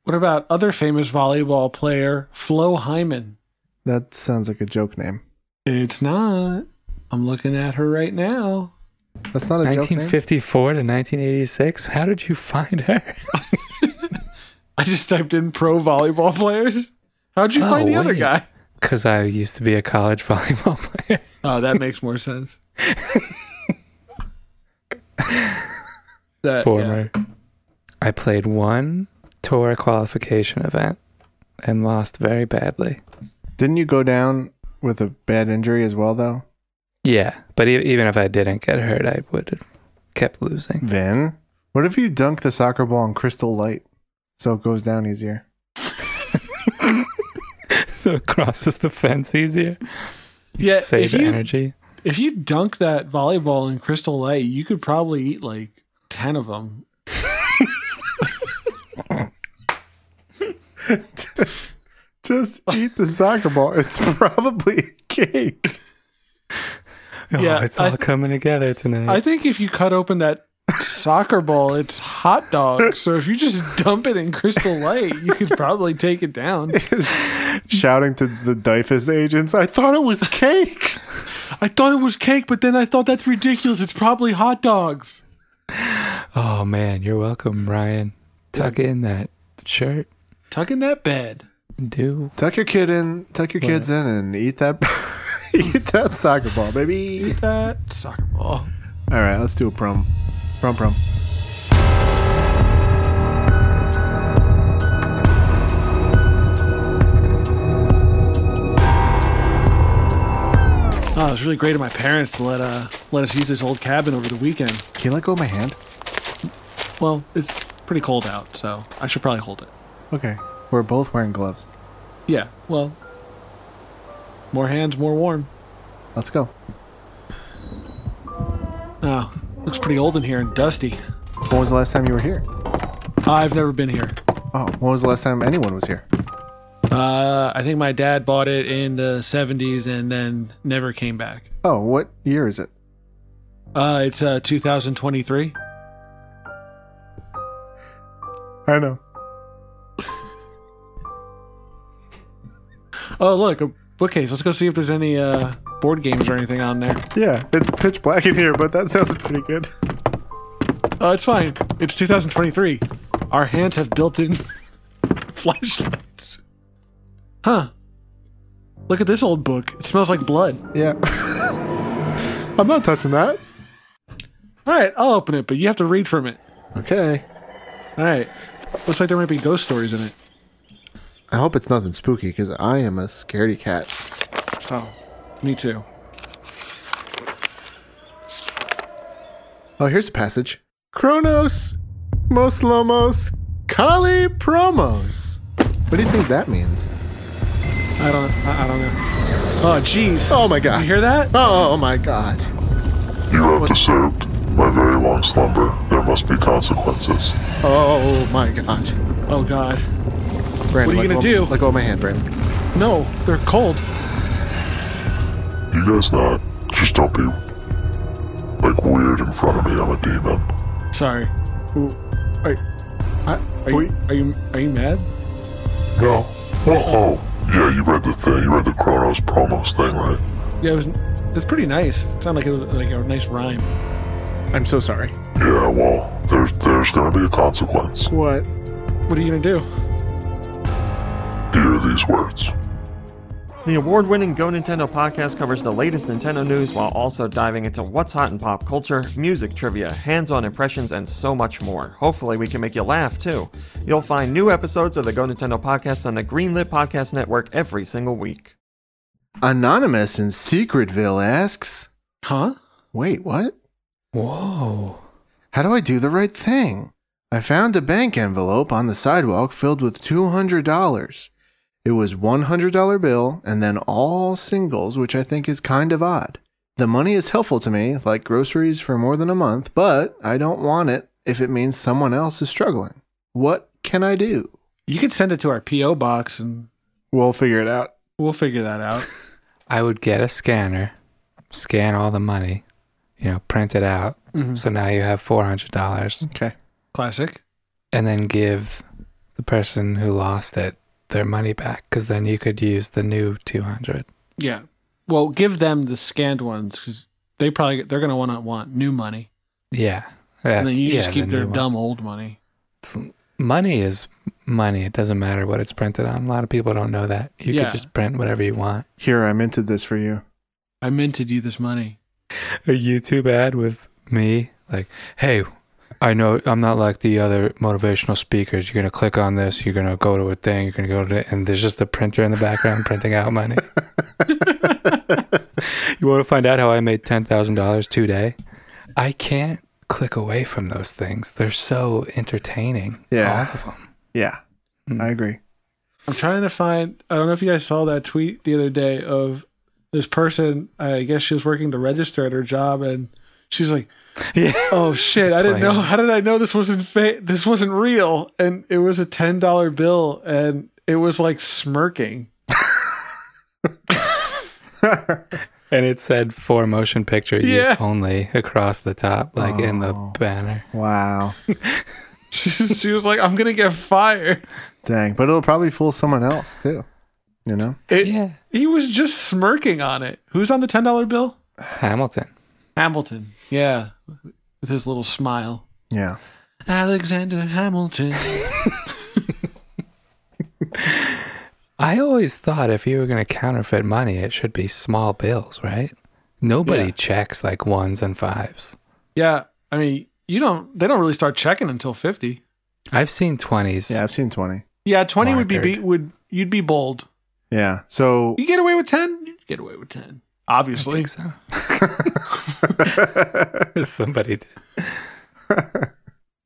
[SPEAKER 1] What about other famous volleyball player Flo Hyman?
[SPEAKER 2] That sounds like a joke name.
[SPEAKER 1] It's not. I'm looking at her right now.
[SPEAKER 2] That's not a joke name.
[SPEAKER 3] 1954 to 1986. How did you find her?
[SPEAKER 1] I just typed in pro volleyball players. How'd you
[SPEAKER 3] Oh,
[SPEAKER 1] find the other
[SPEAKER 3] wait.
[SPEAKER 1] guy?
[SPEAKER 3] Because I used to be a college volleyball player.
[SPEAKER 1] Oh, that makes more sense. That- yeah.
[SPEAKER 3] Former. I played one tour qualification event and lost very badly.
[SPEAKER 2] Didn't you go down with a bad injury as well, though?
[SPEAKER 3] Yeah, but e- even if I didn't get hurt, I would have kept losing.
[SPEAKER 2] Vin, what if you dunk the soccer ball in crystal light so it goes down easier?
[SPEAKER 3] so it crosses the fence easier.
[SPEAKER 1] Yeah,
[SPEAKER 3] Save
[SPEAKER 1] Uh, if you,
[SPEAKER 3] energy.
[SPEAKER 1] If you dunk that volleyball in crystal light, you could probably eat like 10 of them.
[SPEAKER 2] Just eat the soccer ball. It's probably a cake.
[SPEAKER 1] Yeah,
[SPEAKER 3] oh, it's all
[SPEAKER 1] I-
[SPEAKER 3] coming together tonight.
[SPEAKER 1] I think if you cut open that soccer ball, it's hot dog. So if you just dump it in crystal light, you could probably take it down.
[SPEAKER 2] Shouting to the Dyfus agents, I thought it was cake.
[SPEAKER 1] I thought it was cake, but then I thought that's ridiculous. It's probably hot dogs.
[SPEAKER 3] oh man, you're welcome, Ryan. Tuck in that shirt.
[SPEAKER 1] Tuck in that bed.
[SPEAKER 3] Do
[SPEAKER 2] Tuck your kid in, tuck your kids in, and eat that, eat that soccer ball, baby.
[SPEAKER 1] Eat that soccer ball.
[SPEAKER 2] All right, let's do a prom, prom, prom.
[SPEAKER 1] Oh, it was really great of my parents to let uh let us use this old cabin over the weekend.
[SPEAKER 2] Can you let go of my hand?
[SPEAKER 1] Well, it's pretty cold out, so I should probably hold it.
[SPEAKER 2] Okay, we're both wearing gloves.
[SPEAKER 1] Yeah, well, more hands, more warm.
[SPEAKER 2] Let's go.
[SPEAKER 1] Oh, looks pretty old in here and dusty.
[SPEAKER 2] When was the last time you were here?
[SPEAKER 1] I've never been here.
[SPEAKER 2] Oh, when was the last time anyone was here?
[SPEAKER 1] Uh, I think my dad bought it in the 70s and then never came back.
[SPEAKER 2] Oh, what year is it?
[SPEAKER 1] Uh, it's uh, 2023.
[SPEAKER 2] I know.
[SPEAKER 1] Oh, look, a bookcase. Let's go see if there's any uh, board games or anything on there.
[SPEAKER 2] Yeah, it's pitch black in here, but that sounds pretty good.
[SPEAKER 1] Oh, it's fine. It's 2023. Our hands have built-in flashlights. Huh. Look at this old book. It smells like blood.
[SPEAKER 2] Yeah. I'm not touching that.
[SPEAKER 1] All right, I'll open it, but you have to read from it.
[SPEAKER 2] Okay.
[SPEAKER 1] All right. Looks like there might be ghost stories in it.
[SPEAKER 2] I hope it's nothing spooky because I am a scaredy cat.
[SPEAKER 1] Oh, me too.
[SPEAKER 2] Oh, here's a passage. Chronos Moslomos Kali Promos. What do you think that means?
[SPEAKER 1] I don't. I, I don't know. Oh, jeez.
[SPEAKER 2] Oh my god.
[SPEAKER 1] You hear that?
[SPEAKER 2] Oh my god.
[SPEAKER 4] You have disturbed my very long slumber. There must be consequences.
[SPEAKER 2] Oh my god.
[SPEAKER 1] Oh God. What
[SPEAKER 2] Brandon,
[SPEAKER 1] are you
[SPEAKER 2] let
[SPEAKER 1] gonna
[SPEAKER 2] go-
[SPEAKER 1] do?
[SPEAKER 2] Let go of my hand, Brandon.
[SPEAKER 1] No, they're cold.
[SPEAKER 4] You guys not. Just don't be like weird in front of me. I'm a demon.
[SPEAKER 1] Sorry. Ooh, Are,
[SPEAKER 2] I,
[SPEAKER 1] are you are you are you mad?
[SPEAKER 4] No. Well, oh, yeah. You read the thing. You read the Chronos promos thing, right?
[SPEAKER 1] Yeah, it was. It's pretty nice. It sounded like a, like a nice rhyme.
[SPEAKER 2] I'm so sorry.
[SPEAKER 4] Yeah. Well, there's there's gonna be a consequence.
[SPEAKER 2] What?
[SPEAKER 1] What are you gonna do?
[SPEAKER 4] Hear these words.
[SPEAKER 5] The award winning Go Nintendo podcast covers the latest Nintendo news while also diving into what's hot in pop culture, music trivia, hands on impressions, and so much more. Hopefully, we can make you laugh too. You'll find new episodes of the Go Nintendo podcast on the Greenlit Podcast Network every single week.
[SPEAKER 2] Anonymous in Secretville asks,
[SPEAKER 1] Huh?
[SPEAKER 2] Wait, what?
[SPEAKER 3] Whoa.
[SPEAKER 2] How do I do the right thing? I found a bank envelope on the sidewalk filled with $200. It was $100 bill and then all singles, which I think is kind of odd. The money is helpful to me, like groceries for more than a month, but I don't want it if it means someone else is struggling. What can I do?
[SPEAKER 1] You can send it to our PO box and
[SPEAKER 2] We'll figure it out.
[SPEAKER 1] we'll figure that out.
[SPEAKER 3] I would get a scanner, scan all the money, you know, print it out.
[SPEAKER 1] Mhm.
[SPEAKER 3] So now you have four hundred dollars,
[SPEAKER 2] Okay.
[SPEAKER 1] Classic.
[SPEAKER 3] and then give the person who lost it their money back, because then you could use the new two hundred.
[SPEAKER 1] Yeah. Well, give them the scanned ones because they probably they're gonna want to want new money,
[SPEAKER 3] Yeah.
[SPEAKER 1] and then
[SPEAKER 3] That's-
[SPEAKER 1] you
[SPEAKER 3] yeah,
[SPEAKER 1] just keep
[SPEAKER 3] the
[SPEAKER 1] their
[SPEAKER 3] new ones.
[SPEAKER 1] dumb old money.
[SPEAKER 3] money is money. It doesn't matter what it's printed on. A lot of people don't know that. You
[SPEAKER 1] Yeah.
[SPEAKER 3] could just print whatever you want.
[SPEAKER 2] Here, I minted this for you.
[SPEAKER 1] I minted you this money.
[SPEAKER 3] A YouTube ad with me, like, hey, I know I'm not like the other motivational speakers. You're gonna click on this. You're gonna go to a thing. You're gonna go to, and there's just a printer in the background printing out money. you want to find out how I made ten thousand dollars today? I can't click away from those things. They're so entertaining.
[SPEAKER 2] Yeah.
[SPEAKER 3] all of them.
[SPEAKER 2] Yeah, I agree.
[SPEAKER 1] I'm trying to find. I don't know if you guys saw that tweet the other day of this person. I guess she was working the register at her job, and she's like,
[SPEAKER 3] Yeah.
[SPEAKER 1] "Oh shit, I didn't know.
[SPEAKER 3] Claim.
[SPEAKER 1] How did I know this wasn't fa- this wasn't real?" And it was a ten dollar bill, and it was like smirking.
[SPEAKER 3] And it said for motion picture
[SPEAKER 1] Yeah.
[SPEAKER 3] use only across the top, like in the
[SPEAKER 2] Oh.
[SPEAKER 3] banner.
[SPEAKER 2] Wow.
[SPEAKER 1] She, she was like, "I'm gonna get fired."
[SPEAKER 2] Dang. But it'll probably fool someone else too. You know?
[SPEAKER 1] It,
[SPEAKER 3] Yeah.
[SPEAKER 1] He was just smirking on it. Who's on the ten dollar bill?
[SPEAKER 3] Hamilton.
[SPEAKER 1] Hamilton. Yeah, with his little smile.
[SPEAKER 2] Yeah.
[SPEAKER 1] Alexander Hamilton.
[SPEAKER 3] I always thought if you were going to counterfeit money, it should be small bills, right? Nobody
[SPEAKER 1] Yeah.
[SPEAKER 3] checks like ones and fives.
[SPEAKER 1] yeah, I mean, you don't. They don't really start checking until fifty.
[SPEAKER 3] I've seen 20s.
[SPEAKER 2] Yeah, I've seen 20.
[SPEAKER 1] Yeah, twenty would be,
[SPEAKER 3] Markered.
[SPEAKER 1] be would you'd be bold.
[SPEAKER 2] Yeah. So
[SPEAKER 1] You get away with ten, you get away with ten.
[SPEAKER 3] I
[SPEAKER 1] Obviously,
[SPEAKER 3] think so. Somebody did.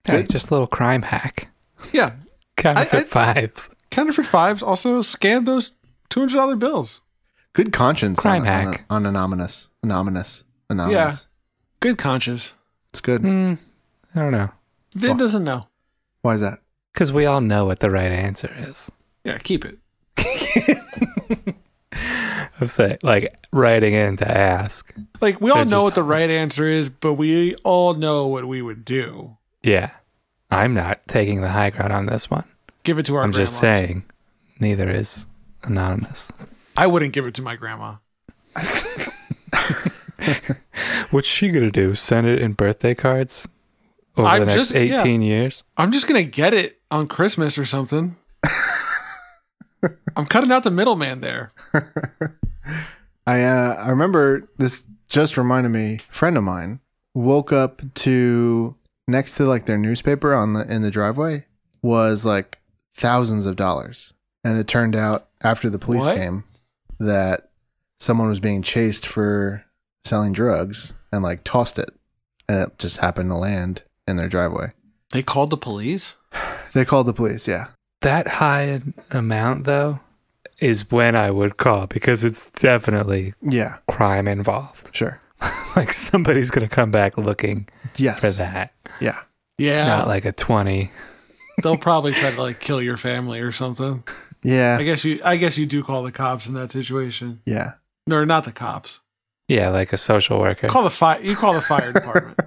[SPEAKER 3] Hey, just a little crime hack.
[SPEAKER 1] yeah.
[SPEAKER 3] Counterfeit
[SPEAKER 1] I-
[SPEAKER 3] fives.
[SPEAKER 1] Counterfeit fives also scan those two hundred dollar bills.
[SPEAKER 2] good conscience
[SPEAKER 3] Crime
[SPEAKER 2] on,
[SPEAKER 3] hack.
[SPEAKER 2] on, on anonymous. Anonymous. Anonymous.
[SPEAKER 1] Good conscience.
[SPEAKER 2] It's good.
[SPEAKER 3] Hmm. I don't know.
[SPEAKER 1] Vin
[SPEAKER 2] Well-
[SPEAKER 1] doesn't know.
[SPEAKER 2] Why is that?
[SPEAKER 3] Because we all know what the right answer is.
[SPEAKER 1] Yeah, keep it.
[SPEAKER 3] I'm saying, like, writing in to ask.
[SPEAKER 1] Like we all
[SPEAKER 3] They're
[SPEAKER 1] know
[SPEAKER 3] just-
[SPEAKER 1] what the right answer is, but we all know what we would do.
[SPEAKER 3] Yeah. I'm not taking the high ground on this one.
[SPEAKER 1] Give it to our.
[SPEAKER 3] I'm just
[SPEAKER 1] grandmas.
[SPEAKER 3] saying, neither is anonymous.
[SPEAKER 1] I wouldn't give it to my grandma.
[SPEAKER 3] What's she gonna do? Send it in birthday cards over
[SPEAKER 1] I'm
[SPEAKER 3] the next
[SPEAKER 1] just- yeah.
[SPEAKER 3] eighteen years?
[SPEAKER 1] I'm just gonna get it on Christmas or something. I'm cutting out the middleman there.
[SPEAKER 2] I uh, I remember this just reminded me. A friend of mine woke up to next to like their newspaper on the in the driveway was like thousands of dollars, and it turned out after the police
[SPEAKER 1] What?
[SPEAKER 2] came that someone was being chased for selling drugs and like tossed it, and it just happened to land in their driveway.
[SPEAKER 1] They called the police?
[SPEAKER 2] They called the police. Yeah,
[SPEAKER 3] That high an amount though is when I would call because it's definitely
[SPEAKER 2] yeah,
[SPEAKER 3] crime involved.
[SPEAKER 2] sure,
[SPEAKER 3] like somebody's gonna come back looking
[SPEAKER 2] yes,
[SPEAKER 3] for that.
[SPEAKER 2] yeah.
[SPEAKER 1] Yeah.
[SPEAKER 3] Not like a twenty.
[SPEAKER 1] They'll probably try to like kill your family or something. I
[SPEAKER 2] Yeah,
[SPEAKER 1] guess you I guess you do call the cops in that situation.
[SPEAKER 2] yeah.
[SPEAKER 1] No, not the cops.
[SPEAKER 3] Yeah, like a social worker.
[SPEAKER 1] Call the fire you call the fire department.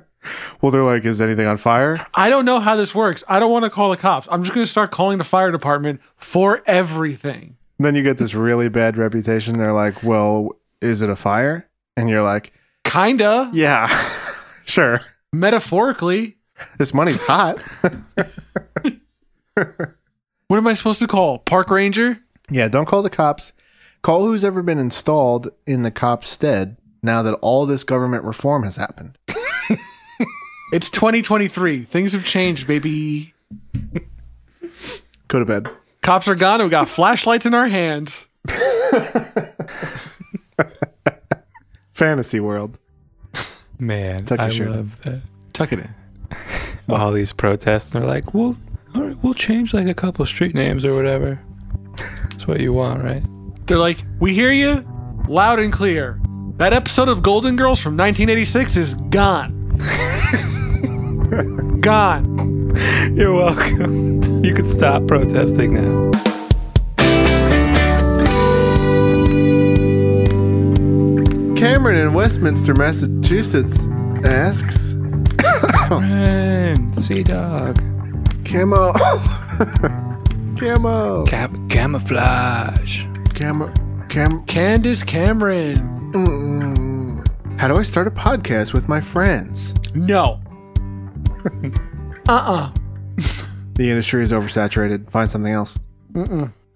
[SPEAKER 2] Well, they're like, is anything on fire?
[SPEAKER 1] I don't know how this works. I don't want to call the cops. I'm just going to start calling the fire department for everything.
[SPEAKER 2] And then you get this really bad reputation. They're like, well, is it a fire? And you're like,
[SPEAKER 1] Kinda,
[SPEAKER 2] yeah, sure.
[SPEAKER 1] metaphorically.
[SPEAKER 2] This money's hot.
[SPEAKER 1] What am I supposed to call? Park ranger?
[SPEAKER 2] yeah, don't call the cops. Call who's ever been installed in the cop's stead now that all this government reform has happened.
[SPEAKER 1] It's 2023. Things have changed, baby.
[SPEAKER 2] Go to bed.
[SPEAKER 1] Cops are gone. and We got flashlights in our hands.
[SPEAKER 2] Fantasy world.
[SPEAKER 3] Man,
[SPEAKER 2] Tuck your
[SPEAKER 3] I
[SPEAKER 2] shirt up.
[SPEAKER 3] love that.
[SPEAKER 1] Tuck it in.
[SPEAKER 3] All these protests and they're like, Well all right, we'll change like a couple street names or whatever. That's what you want, right?
[SPEAKER 1] They're like, we hear you loud and clear. That episode of Golden Girls from 1986 is gone. gone.
[SPEAKER 3] You're welcome. You can stop protesting now.
[SPEAKER 2] Cameron in Westminster, Massachusetts asks,
[SPEAKER 3] Friend, sea dog,
[SPEAKER 2] Camo. Camo.
[SPEAKER 3] Cap- camouflage.
[SPEAKER 2] Camo. Cam.
[SPEAKER 1] Candace Cameron.
[SPEAKER 2] Mm. How do I start a podcast with my friends?
[SPEAKER 1] No. uh uh
[SPEAKER 2] The industry is oversaturated. Find something else.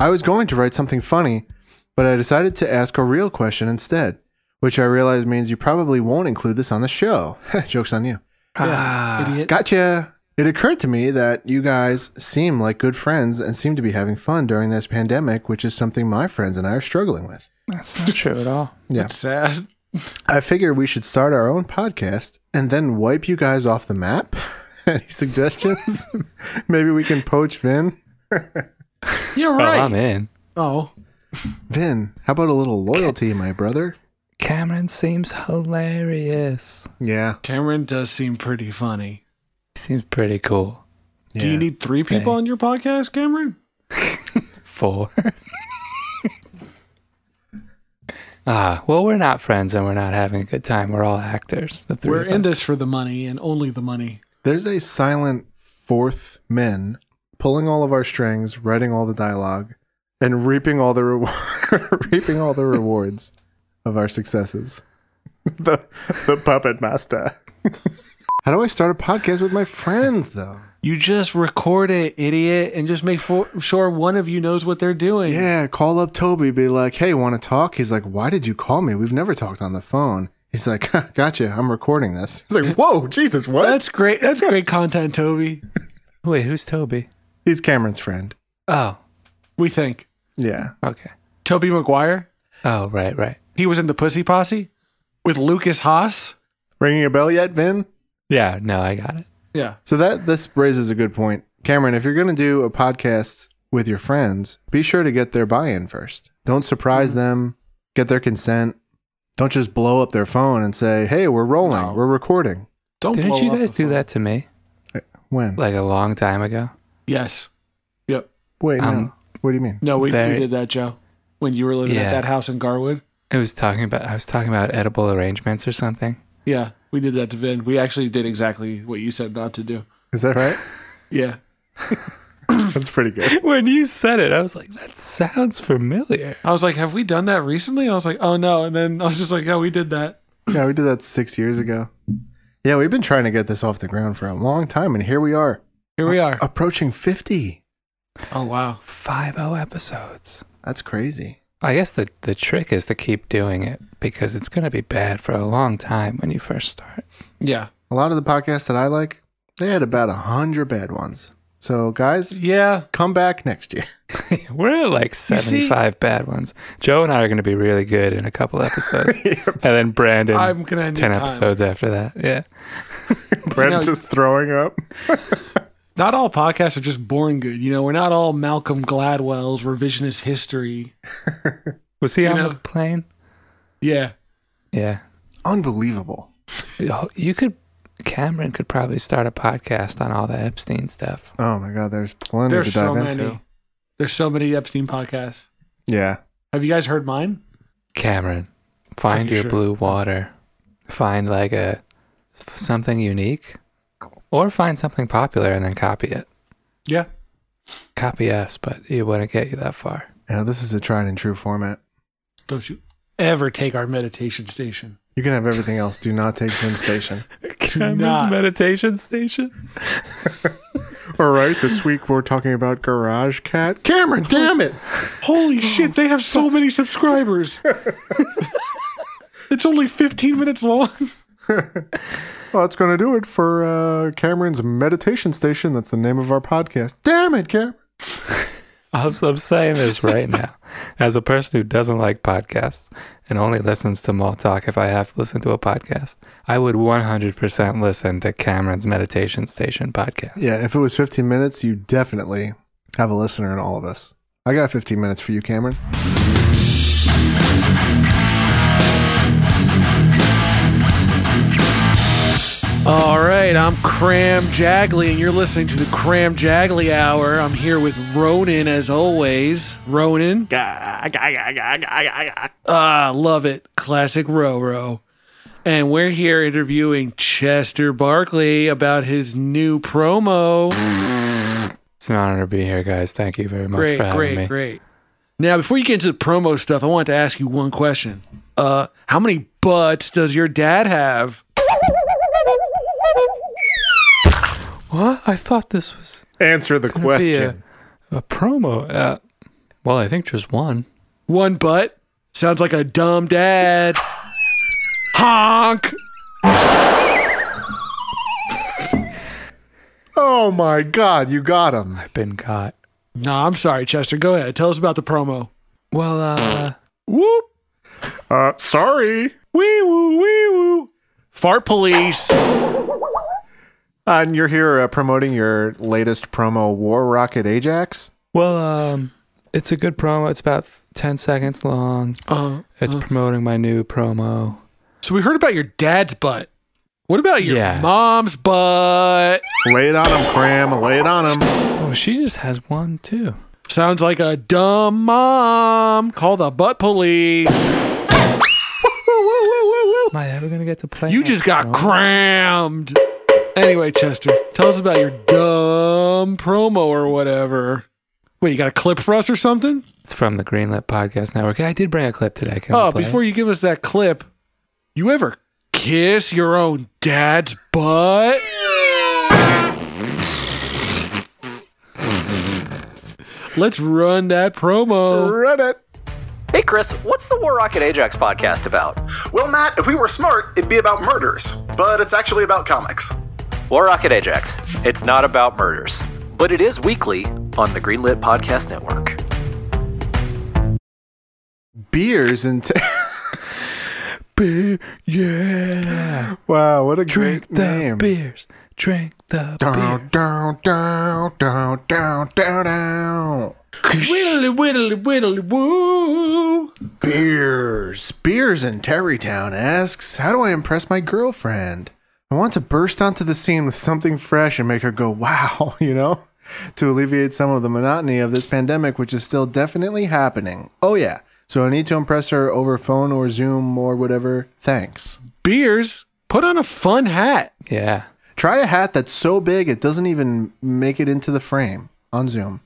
[SPEAKER 2] I was going to write something funny, but I decided to ask a real question instead, which I realize means you probably won't include this on the show. Joke's on you.
[SPEAKER 1] Idiot.
[SPEAKER 2] Gotcha. It occurred to me that you guys seem like good friends and seem to be having fun during this pandemic, which is something my friends and I are struggling with.
[SPEAKER 3] That's not true at all.
[SPEAKER 1] Sad.
[SPEAKER 2] I figured we should start our own podcast and then wipe you guys off the map. Any suggestions? Maybe we can poach Vin.
[SPEAKER 1] You're
[SPEAKER 3] Well,
[SPEAKER 1] right.
[SPEAKER 3] Oh, I'm in.
[SPEAKER 1] Oh,
[SPEAKER 2] Vin, how about a little loyalty, my brother?
[SPEAKER 3] Cameron seems hilarious.
[SPEAKER 2] Yeah.
[SPEAKER 1] Cameron does seem pretty funny.
[SPEAKER 3] He seems pretty cool.
[SPEAKER 1] Do
[SPEAKER 2] yeah.
[SPEAKER 1] you need three people
[SPEAKER 3] Hey.
[SPEAKER 1] on your podcast, Cameron?
[SPEAKER 3] Four. ah, well, we're not friends and we're not having a good time. We're all actors. The 3
[SPEAKER 1] We're
[SPEAKER 3] of
[SPEAKER 1] in
[SPEAKER 3] us.
[SPEAKER 1] this for the money and only the money.
[SPEAKER 2] There's a silent fourth men pulling all of our strings, writing all the dialogue, and reaping all the rewar reaping all the rewards of our successes. the the puppet master. How do I start a podcast with my friends though?
[SPEAKER 1] You just record it, idiot, and just make for- sure one of you knows what they're doing.
[SPEAKER 2] Yeah, call up Toby, be like, "Hey, want to talk?" He's like, "Why did you call me? We've never talked on the phone." He's like, "Gotcha, I'm recording this." He's like, "Whoa, Jesus, what?"
[SPEAKER 1] That's great. That's great content, Toby.
[SPEAKER 3] Wait, who's Toby?
[SPEAKER 2] He's Cameron's friend.
[SPEAKER 3] Oh,
[SPEAKER 1] We think.
[SPEAKER 2] Yeah.
[SPEAKER 3] okay.
[SPEAKER 1] Toby McGuire.
[SPEAKER 3] Oh, right, right.
[SPEAKER 1] He was in the Pussy Posse with Lucas Haas.
[SPEAKER 2] Ringing a bell yet, Vin?
[SPEAKER 3] Yeah, no, I got it.
[SPEAKER 1] Yeah.
[SPEAKER 2] So that this raises a good point, Cameron. If you're going to do a podcast with your friends, be sure to get their buy-in first. Don't surprise them. Get their consent. Don't just blow up their phone and say, "Hey, we're rolling.
[SPEAKER 1] No.
[SPEAKER 2] We're recording."
[SPEAKER 1] Don't blow
[SPEAKER 3] Didn't you
[SPEAKER 1] up
[SPEAKER 3] guys
[SPEAKER 1] the
[SPEAKER 3] do
[SPEAKER 1] phone.
[SPEAKER 3] that to me
[SPEAKER 2] When?
[SPEAKER 3] like a long time ago?
[SPEAKER 1] Yes. Yep.
[SPEAKER 2] Wait, no.
[SPEAKER 3] um,
[SPEAKER 2] what do you mean?
[SPEAKER 1] No, we, we
[SPEAKER 3] Very-
[SPEAKER 1] did that, Joe. When you were living at
[SPEAKER 3] Yeah.
[SPEAKER 1] that house in Garwood.
[SPEAKER 3] It was talking about I was talking about edible arrangements or something.
[SPEAKER 1] Yeah. We did that to Vin. We actually did exactly what you said not to do.
[SPEAKER 2] Is that right?
[SPEAKER 1] Yeah.
[SPEAKER 2] That's pretty good.
[SPEAKER 3] When you said it, I was like, that sounds familiar.
[SPEAKER 1] I was like, have we done that recently? And I was like, oh no. And then I was just like, yeah, we did that.
[SPEAKER 2] Yeah, we did that six years ago. Yeah, we've been trying to get this off the ground for a long time, and here we are,
[SPEAKER 1] Here we are.
[SPEAKER 2] approaching fifty.
[SPEAKER 1] Oh wow.
[SPEAKER 3] Five oh episodes.
[SPEAKER 2] That's crazy.
[SPEAKER 3] I guess the the trick is to keep doing it because it's gonna be bad for a long time when you first start.
[SPEAKER 1] Yeah.
[SPEAKER 2] A lot of the podcasts that I like, they had about a hundred bad ones. So, guys,
[SPEAKER 1] Yeah.
[SPEAKER 2] come back next year.
[SPEAKER 3] We're at like
[SPEAKER 1] see-
[SPEAKER 3] 75 bad ones. Joe and I are going to be really good in a couple episodes. And then Brandon,
[SPEAKER 1] I'm gonna need
[SPEAKER 3] 10
[SPEAKER 1] time.
[SPEAKER 3] episodes after that. Yeah.
[SPEAKER 2] Brandon's
[SPEAKER 1] No.
[SPEAKER 2] just throwing up.
[SPEAKER 1] Not all podcasts are just born good. You know, we're not all Malcolm Gladwell's revisionist history.
[SPEAKER 3] Was he
[SPEAKER 1] You
[SPEAKER 3] on
[SPEAKER 1] know-
[SPEAKER 3] the plane?
[SPEAKER 1] Yeah.
[SPEAKER 3] Yeah.
[SPEAKER 2] Unbelievable.
[SPEAKER 3] Oh, You could, Cameron could probably start a podcast on all the Epstein stuff.
[SPEAKER 2] Oh my God, there's plenty
[SPEAKER 1] There's
[SPEAKER 2] to dive
[SPEAKER 1] so
[SPEAKER 2] into.
[SPEAKER 1] many. There's so many Epstein podcasts.
[SPEAKER 2] Yeah.
[SPEAKER 1] Have you guys heard mine?
[SPEAKER 3] Cameron, find
[SPEAKER 1] Pretty
[SPEAKER 3] your
[SPEAKER 1] sure.
[SPEAKER 3] blue water. Find like a something unique or find something popular and then copy it.
[SPEAKER 1] Yeah.
[SPEAKER 3] Copy us, but it wouldn't get you that far.
[SPEAKER 2] Yeah, this is a tried and true format.
[SPEAKER 1] Don't you ever take our meditation station.
[SPEAKER 2] You can have everything else. Do not take Penn Station.
[SPEAKER 3] Cameron's
[SPEAKER 1] not.
[SPEAKER 3] meditation station.
[SPEAKER 2] All right, this week we're talking about Garage Cat. Cameron, damn it!
[SPEAKER 1] Holy shit, they have so many subscribers. it's only 15 minutes long.
[SPEAKER 2] Well, that's going to do it for uh, Cameron's Meditation Station. That's the name of our podcast. Damn it, Cameron.
[SPEAKER 3] As I'm saying this right now, as a person who doesn't like podcasts and only listens to malt talk if I have to listen to a podcast, I would 100% listen to Cameron's Meditation Station podcast.
[SPEAKER 2] Yeah, if it was 15 minutes, you definitely have a listener in all of us. I got 15 minutes for you, Cameron.
[SPEAKER 1] All right, I'm Cram Jagley, and you're listening to the Cram Jagley Hour. I'm here with Ronan, as always. Ronan. Ah, love it. Classic Roro. And we're here interviewing Chester Barkley about his new promo.
[SPEAKER 3] It's an honor to be here, guys. Thank you very much
[SPEAKER 1] great,
[SPEAKER 3] for having
[SPEAKER 1] great,
[SPEAKER 3] me.
[SPEAKER 1] great. Now, before you get into the promo stuff, I wanted to ask you one question. Uh, how many butts does your dad have?
[SPEAKER 3] What? I thought this was
[SPEAKER 2] Answer the
[SPEAKER 3] gonna be a, a promo. Uh, well, I think just one.
[SPEAKER 1] One butt? Sounds like a dumb dad. Honk!
[SPEAKER 2] Oh my God, you got him.
[SPEAKER 3] I've been caught.
[SPEAKER 1] No, I'm sorry, Chester. Go ahead. Tell us about the promo.
[SPEAKER 3] Well, uh,
[SPEAKER 1] Whoop!
[SPEAKER 2] Uh, sorry.
[SPEAKER 1] Wee woo, wee woo. Fart police.
[SPEAKER 2] and you're here uh, promoting your latest promo, War Rocket Ajax.
[SPEAKER 3] well, um, it's a good promo. It's about 10 seconds long.
[SPEAKER 1] Uh,
[SPEAKER 3] It's promoting my new promo.
[SPEAKER 1] so we heard about your dad's butt. What about your
[SPEAKER 3] Yeah.
[SPEAKER 1] mom's butt?
[SPEAKER 2] Lay it on him, Cram. Lay it on him.
[SPEAKER 3] Oh, she just has one too.
[SPEAKER 1] Sounds like a dumb mom. Call the butt police.
[SPEAKER 3] Am I ever gonna get to play?
[SPEAKER 1] You
[SPEAKER 3] that
[SPEAKER 1] just got
[SPEAKER 3] promo?
[SPEAKER 1] crammed. Anyway, Chester, tell us about your dumb promo or whatever. Wait, you got a clip for us or something?
[SPEAKER 3] It's from the Greenlit Podcast Network. I did bring a clip today. Can
[SPEAKER 1] Oh, before you give us that clip, you ever kiss your own dad's butt? Let's run that promo.
[SPEAKER 2] Read it.
[SPEAKER 6] Hey, Chris, what's the War Rocket Ajax podcast about?
[SPEAKER 7] Well, Matt, if we were smart, it'd be about murders, but it's actually about comics.
[SPEAKER 6] War Rocket Ajax. It's not about murders, but it is weekly on the Greenlit Podcast Network.
[SPEAKER 2] Beers and. T-
[SPEAKER 3] beer, yeah,
[SPEAKER 2] wow, what a
[SPEAKER 3] drink
[SPEAKER 2] great
[SPEAKER 3] the
[SPEAKER 2] name.
[SPEAKER 3] beers, drink the
[SPEAKER 2] Down,
[SPEAKER 3] beer.
[SPEAKER 2] down, down, down, down, down, down.
[SPEAKER 1] Whittly, whittly, whittly, woo.
[SPEAKER 2] Beers. Beers in Terrytown asks, How do I impress my girlfriend? I want to burst onto the scene with something fresh and make her go, wow, you know, to alleviate some of the monotony of this pandemic, which is still definitely happening. Oh, yeah. So I need to impress her over phone or Zoom or whatever. Thanks.
[SPEAKER 1] Beers, put on a fun hat.
[SPEAKER 3] Yeah,
[SPEAKER 2] Try a hat that's so big it doesn't even make it into the frame on Zoom.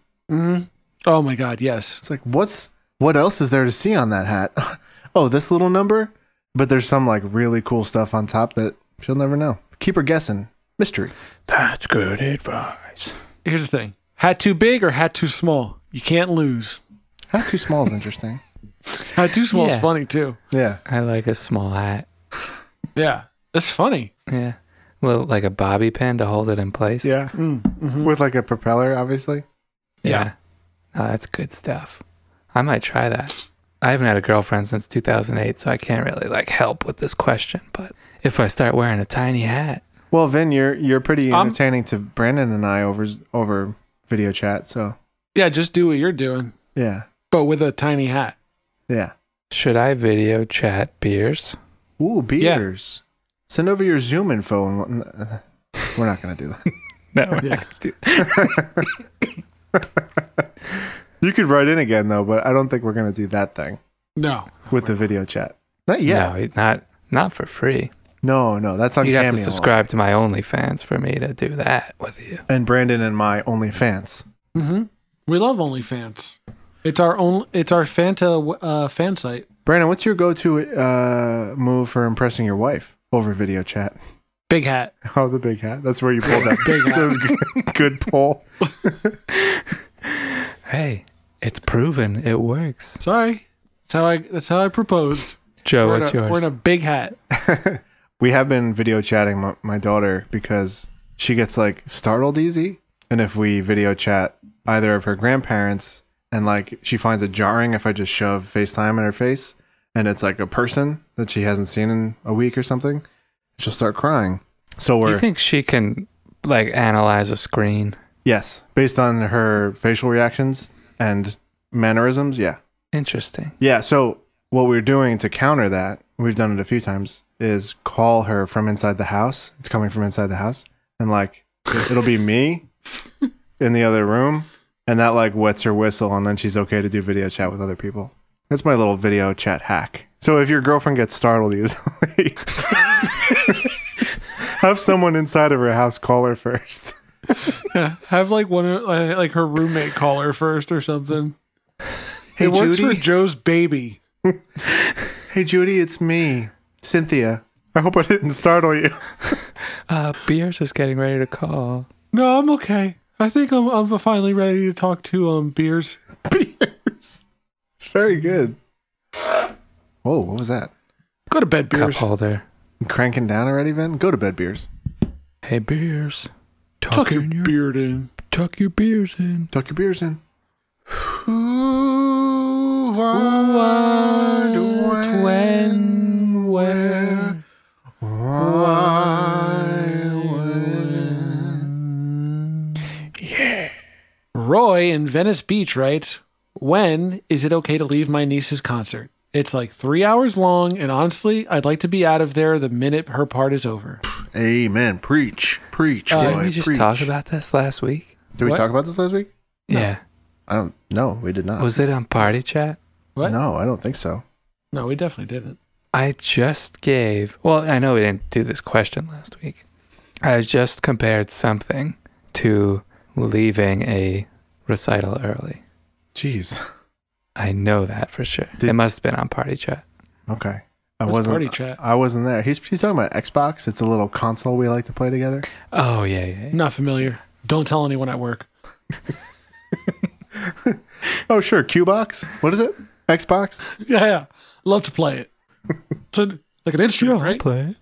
[SPEAKER 1] Oh my God, yes.
[SPEAKER 2] It's like, what's what else is there to see on that hat? oh, this little number? But there's some like really cool stuff on top that she'll never know. Keep her guessing. Mystery.
[SPEAKER 3] that's good advice.
[SPEAKER 1] Here's the thing hat too big or hat too small? You can't lose.
[SPEAKER 2] Hat too small is interesting.
[SPEAKER 1] Hat too small
[SPEAKER 3] Yeah.
[SPEAKER 1] is funny too.
[SPEAKER 2] Yeah.
[SPEAKER 3] I like a small hat.
[SPEAKER 1] Yeah, that's funny.
[SPEAKER 3] Yeah, little like a bobby pin to hold it in place.
[SPEAKER 2] Yeah. With like a propeller, obviously.
[SPEAKER 3] Yeah. Oh, that's good stuff. I might try that. I haven't had a girlfriend since 2008, so I can't really like help with this question. But if I start wearing a tiny hat,
[SPEAKER 2] Well, Vin, you're you're pretty
[SPEAKER 1] Um,
[SPEAKER 2] entertaining to Brandon and I over over video chat. So
[SPEAKER 1] Yeah, just do what you're doing,
[SPEAKER 2] yeah,
[SPEAKER 1] but with a tiny hat.
[SPEAKER 2] yeah.
[SPEAKER 3] should I video chat beers?
[SPEAKER 2] Ooh, beers. Send over your Zoom info, and we'll- we're not gonna do that.
[SPEAKER 3] No. we're not
[SPEAKER 1] Yeah.
[SPEAKER 3] gonna do-
[SPEAKER 2] you could write in again though, but I don't think we're gonna do that thing
[SPEAKER 1] No.
[SPEAKER 2] with the video chat. Not yet.
[SPEAKER 3] No, not not for free.
[SPEAKER 2] No, no, that's on
[SPEAKER 3] You'd
[SPEAKER 2] Cameo.
[SPEAKER 3] have to subscribe to my OnlyFans for me to do that with you.
[SPEAKER 2] And Brandon and my OnlyFans.
[SPEAKER 1] Mm-hmm. We love OnlyFans. It's our own. It's our Fanta uh, fan site.
[SPEAKER 2] Brandon, what's your go-to uh, move for impressing your wife over video chat?
[SPEAKER 1] Big hat.
[SPEAKER 2] Oh, the big hat. That's where you pulled that
[SPEAKER 1] Big hat.
[SPEAKER 2] that was good, good pull.
[SPEAKER 3] Hey, it's proven it works.
[SPEAKER 1] Sorry. That's how I. That's how I proposed.
[SPEAKER 3] Joe,
[SPEAKER 1] we're in
[SPEAKER 3] Oh, what's
[SPEAKER 1] a,
[SPEAKER 3] yours?
[SPEAKER 1] We're in a big hat.
[SPEAKER 2] We have been video chatting my, my daughter because she gets like startled easy. And if we video chat either of her grandparents and like she finds it jarring if I just shove FaceTime in her face and it's like a person that she hasn't seen in a week or something, she'll start crying. So
[SPEAKER 3] do
[SPEAKER 2] we're
[SPEAKER 3] you think she can like analyze a screen?
[SPEAKER 2] yes, based on her facial reactions and mannerisms, yeah.
[SPEAKER 3] Interesting.
[SPEAKER 2] Yeah, so what we're doing to counter that, we've done it a few times, is call her from inside the house. It's coming from inside the house. And like it- it'll be me in the other room. And that like wets her whistle and then she's okay to do video chat with other people. That's my little video chat hack. So if your girlfriend gets startled easily have someone inside of her house call her first.
[SPEAKER 1] Yeah. Have like one of uh, like her roommate call her first or something.
[SPEAKER 2] Hey
[SPEAKER 1] it works
[SPEAKER 2] Judy.
[SPEAKER 1] for Joe's baby.
[SPEAKER 2] hey Judy, it's me, Cynthia. I hope I didn't startle you.
[SPEAKER 3] Uh, Beers is getting ready to call.
[SPEAKER 1] No, I'm okay. I think I'm I'm finally ready to talk to um beers.
[SPEAKER 2] beers. It's very good. Whoa, what was that?
[SPEAKER 1] Go to bed,
[SPEAKER 3] Cup
[SPEAKER 1] beers.
[SPEAKER 3] holder.
[SPEAKER 2] You cranking down already, Vin? Go to bed, beers.
[SPEAKER 3] Hey, Beers. Tuck,
[SPEAKER 1] Tuck your
[SPEAKER 3] in your,
[SPEAKER 1] beard in.
[SPEAKER 3] tuck your beers in.
[SPEAKER 2] Tuck your beers in.
[SPEAKER 1] When? Where? Roy in Venice Beach writes, When is it okay to leave my niece's concert? It's like three hours long, and honestly, I'd like to be out of there the minute her part is over.
[SPEAKER 2] Amen. Preach. Preach.
[SPEAKER 3] Uh, Didn't
[SPEAKER 2] boy,
[SPEAKER 3] we just
[SPEAKER 2] preach.
[SPEAKER 3] talk about this last week?
[SPEAKER 2] Did we
[SPEAKER 1] What?
[SPEAKER 2] talk about this last week?
[SPEAKER 3] Yeah.
[SPEAKER 2] I don't. No, we did not.
[SPEAKER 3] Was it on Party Chat?
[SPEAKER 1] What?
[SPEAKER 2] No, I don't think so.
[SPEAKER 1] No, we definitely didn't.
[SPEAKER 3] I just gave. Well, I know we didn't do this question last week. I just compared something to leaving a recital early.
[SPEAKER 2] Jeez.
[SPEAKER 3] I know that for sure.
[SPEAKER 2] Did-
[SPEAKER 3] it must have been on Party Chat.
[SPEAKER 2] Okay. I
[SPEAKER 1] What's
[SPEAKER 2] wasn't.
[SPEAKER 1] party chat?
[SPEAKER 2] I wasn't there. He's, he's talking about Xbox. It's a little console we like to play together.
[SPEAKER 3] Oh yeah, yeah.
[SPEAKER 1] Not familiar. Don't tell anyone at work.
[SPEAKER 2] Oh sure, Qbox. What is it? Xbox.
[SPEAKER 1] Yeah, yeah. Love to play it. It's an- like an instrument, right?
[SPEAKER 3] Play.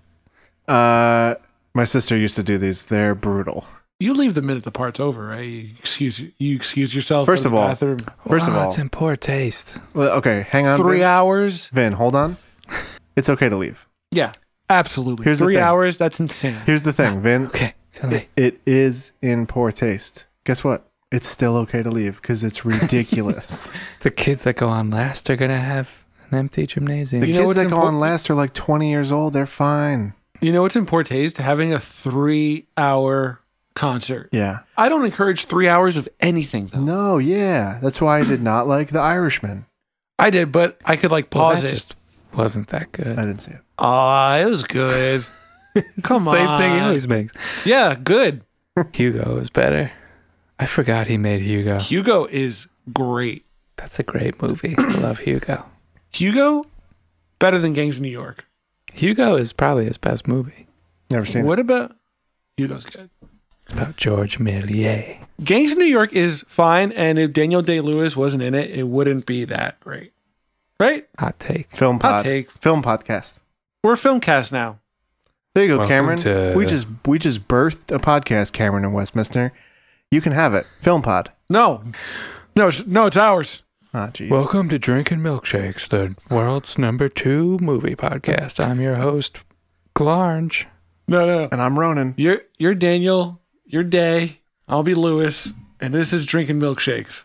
[SPEAKER 2] Uh, my sister used to do these. They're brutal.
[SPEAKER 1] You leave the minute the part's over, right? You excuse you excuse yourself.
[SPEAKER 2] First
[SPEAKER 1] go to
[SPEAKER 2] of
[SPEAKER 1] the
[SPEAKER 2] all,
[SPEAKER 1] bathroom.
[SPEAKER 2] First of all-
[SPEAKER 3] it's in poor taste.
[SPEAKER 2] Well, Okay, hang on.
[SPEAKER 1] three
[SPEAKER 2] Vin.
[SPEAKER 1] hours.
[SPEAKER 2] Vin, hold on. It's okay to leave.
[SPEAKER 1] Yeah, absolutely.
[SPEAKER 2] Here's the
[SPEAKER 1] three
[SPEAKER 2] thing.
[SPEAKER 1] hours. That's insane.
[SPEAKER 2] Here's the thing, Vin.
[SPEAKER 3] Okay, tell
[SPEAKER 2] It,
[SPEAKER 3] me.
[SPEAKER 2] it is in poor taste. Guess what? It's still okay to leave because it's ridiculous.
[SPEAKER 3] The kids that go on last are gonna have an empty gymnasium.
[SPEAKER 2] the
[SPEAKER 1] You know
[SPEAKER 2] kids
[SPEAKER 1] what's
[SPEAKER 2] that go on
[SPEAKER 1] important?
[SPEAKER 2] last are like 20 years old. They're fine.
[SPEAKER 1] You know what's in poor taste? Having a three-hour concert.
[SPEAKER 2] Yeah.
[SPEAKER 1] I don't encourage three hours of anything though.
[SPEAKER 2] No, yeah. That's why I did not like The Irishman.
[SPEAKER 1] I did, but I could like
[SPEAKER 3] Well,
[SPEAKER 1] pause
[SPEAKER 3] that
[SPEAKER 1] it.
[SPEAKER 3] just wasn't that good.
[SPEAKER 2] I didn't see it.
[SPEAKER 1] Ah, it was good. Come
[SPEAKER 3] Same thing he
[SPEAKER 1] on.
[SPEAKER 3] always makes.
[SPEAKER 1] yeah, good.
[SPEAKER 3] Hugo is better. I forgot he made Hugo.
[SPEAKER 1] Hugo is great.
[SPEAKER 3] That's a great movie. I love Hugo.
[SPEAKER 1] Hugo, better than Gangs of New York.
[SPEAKER 3] Hugo is probably his best movie.
[SPEAKER 2] Never seen
[SPEAKER 1] What about Hugo's good?
[SPEAKER 3] It's about George Millier.
[SPEAKER 1] Gangs of New York is fine, and if Daniel Day Lewis wasn't in it, it wouldn't be that great, right?
[SPEAKER 3] Hot take.
[SPEAKER 2] it. Film
[SPEAKER 1] Hot
[SPEAKER 2] pod.
[SPEAKER 1] take.
[SPEAKER 2] Film podcast.
[SPEAKER 1] We're a film cast now.
[SPEAKER 2] There you go,
[SPEAKER 3] Welcome
[SPEAKER 2] Cameron.
[SPEAKER 3] to-
[SPEAKER 2] We just we just birthed a podcast, Cameron and Westminster. You can have it. Film pod.
[SPEAKER 1] No, no, it's- no, it's ours.
[SPEAKER 2] Ah, jeez.
[SPEAKER 3] Welcome to Drinking Milkshakes, the world's number two movie podcast. I'm your host, Glarge.
[SPEAKER 1] No, no, no.
[SPEAKER 2] and I'm Ronan.
[SPEAKER 1] You're you're Daniel. You're Day. I'll be Lewis, and this is drinking milkshakes.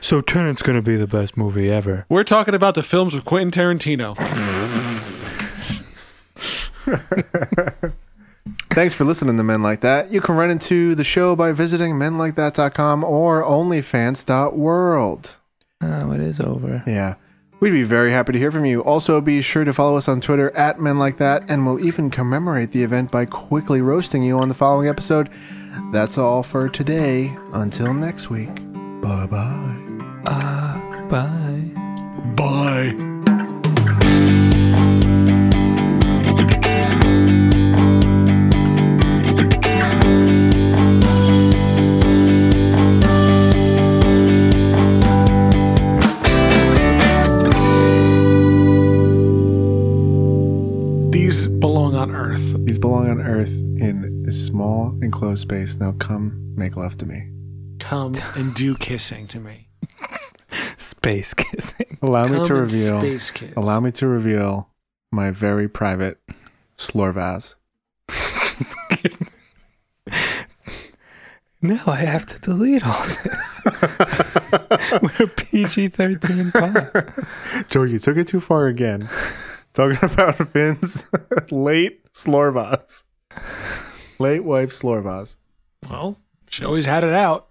[SPEAKER 3] So Tenant's gonna be the best movie ever.
[SPEAKER 1] We're talking about the films of Quentin Tarantino.
[SPEAKER 2] Thanks for listening to Men Like That. You can run into the show by visiting menlikethat.com or onlyfans.world.
[SPEAKER 3] Oh, it is over.
[SPEAKER 2] Yeah. We'd be very happy to hear from you. Also, be sure to follow us on Twitter at Men Like That, and we'll even commemorate the event by quickly roasting you on the following episode. That's all for today. Until next week. Bye bye.
[SPEAKER 3] Bye.
[SPEAKER 1] Bye. These belong on Earth.
[SPEAKER 2] These belong on Earth in a small, enclosed space. Now come make love to me.
[SPEAKER 1] Come and do kissing to me.
[SPEAKER 3] Space kissing.
[SPEAKER 2] Allow
[SPEAKER 1] Come
[SPEAKER 2] me to
[SPEAKER 1] and
[SPEAKER 2] reveal.
[SPEAKER 1] Space kiss.
[SPEAKER 2] Allow me to reveal my very private slorvaz.
[SPEAKER 3] Now I have to delete all this. We're PG thirteen pod.
[SPEAKER 2] Joe, you took it too far again. Talking about Finn's late slorvaz. Late wife slorvaz.
[SPEAKER 1] Well, she always had it out.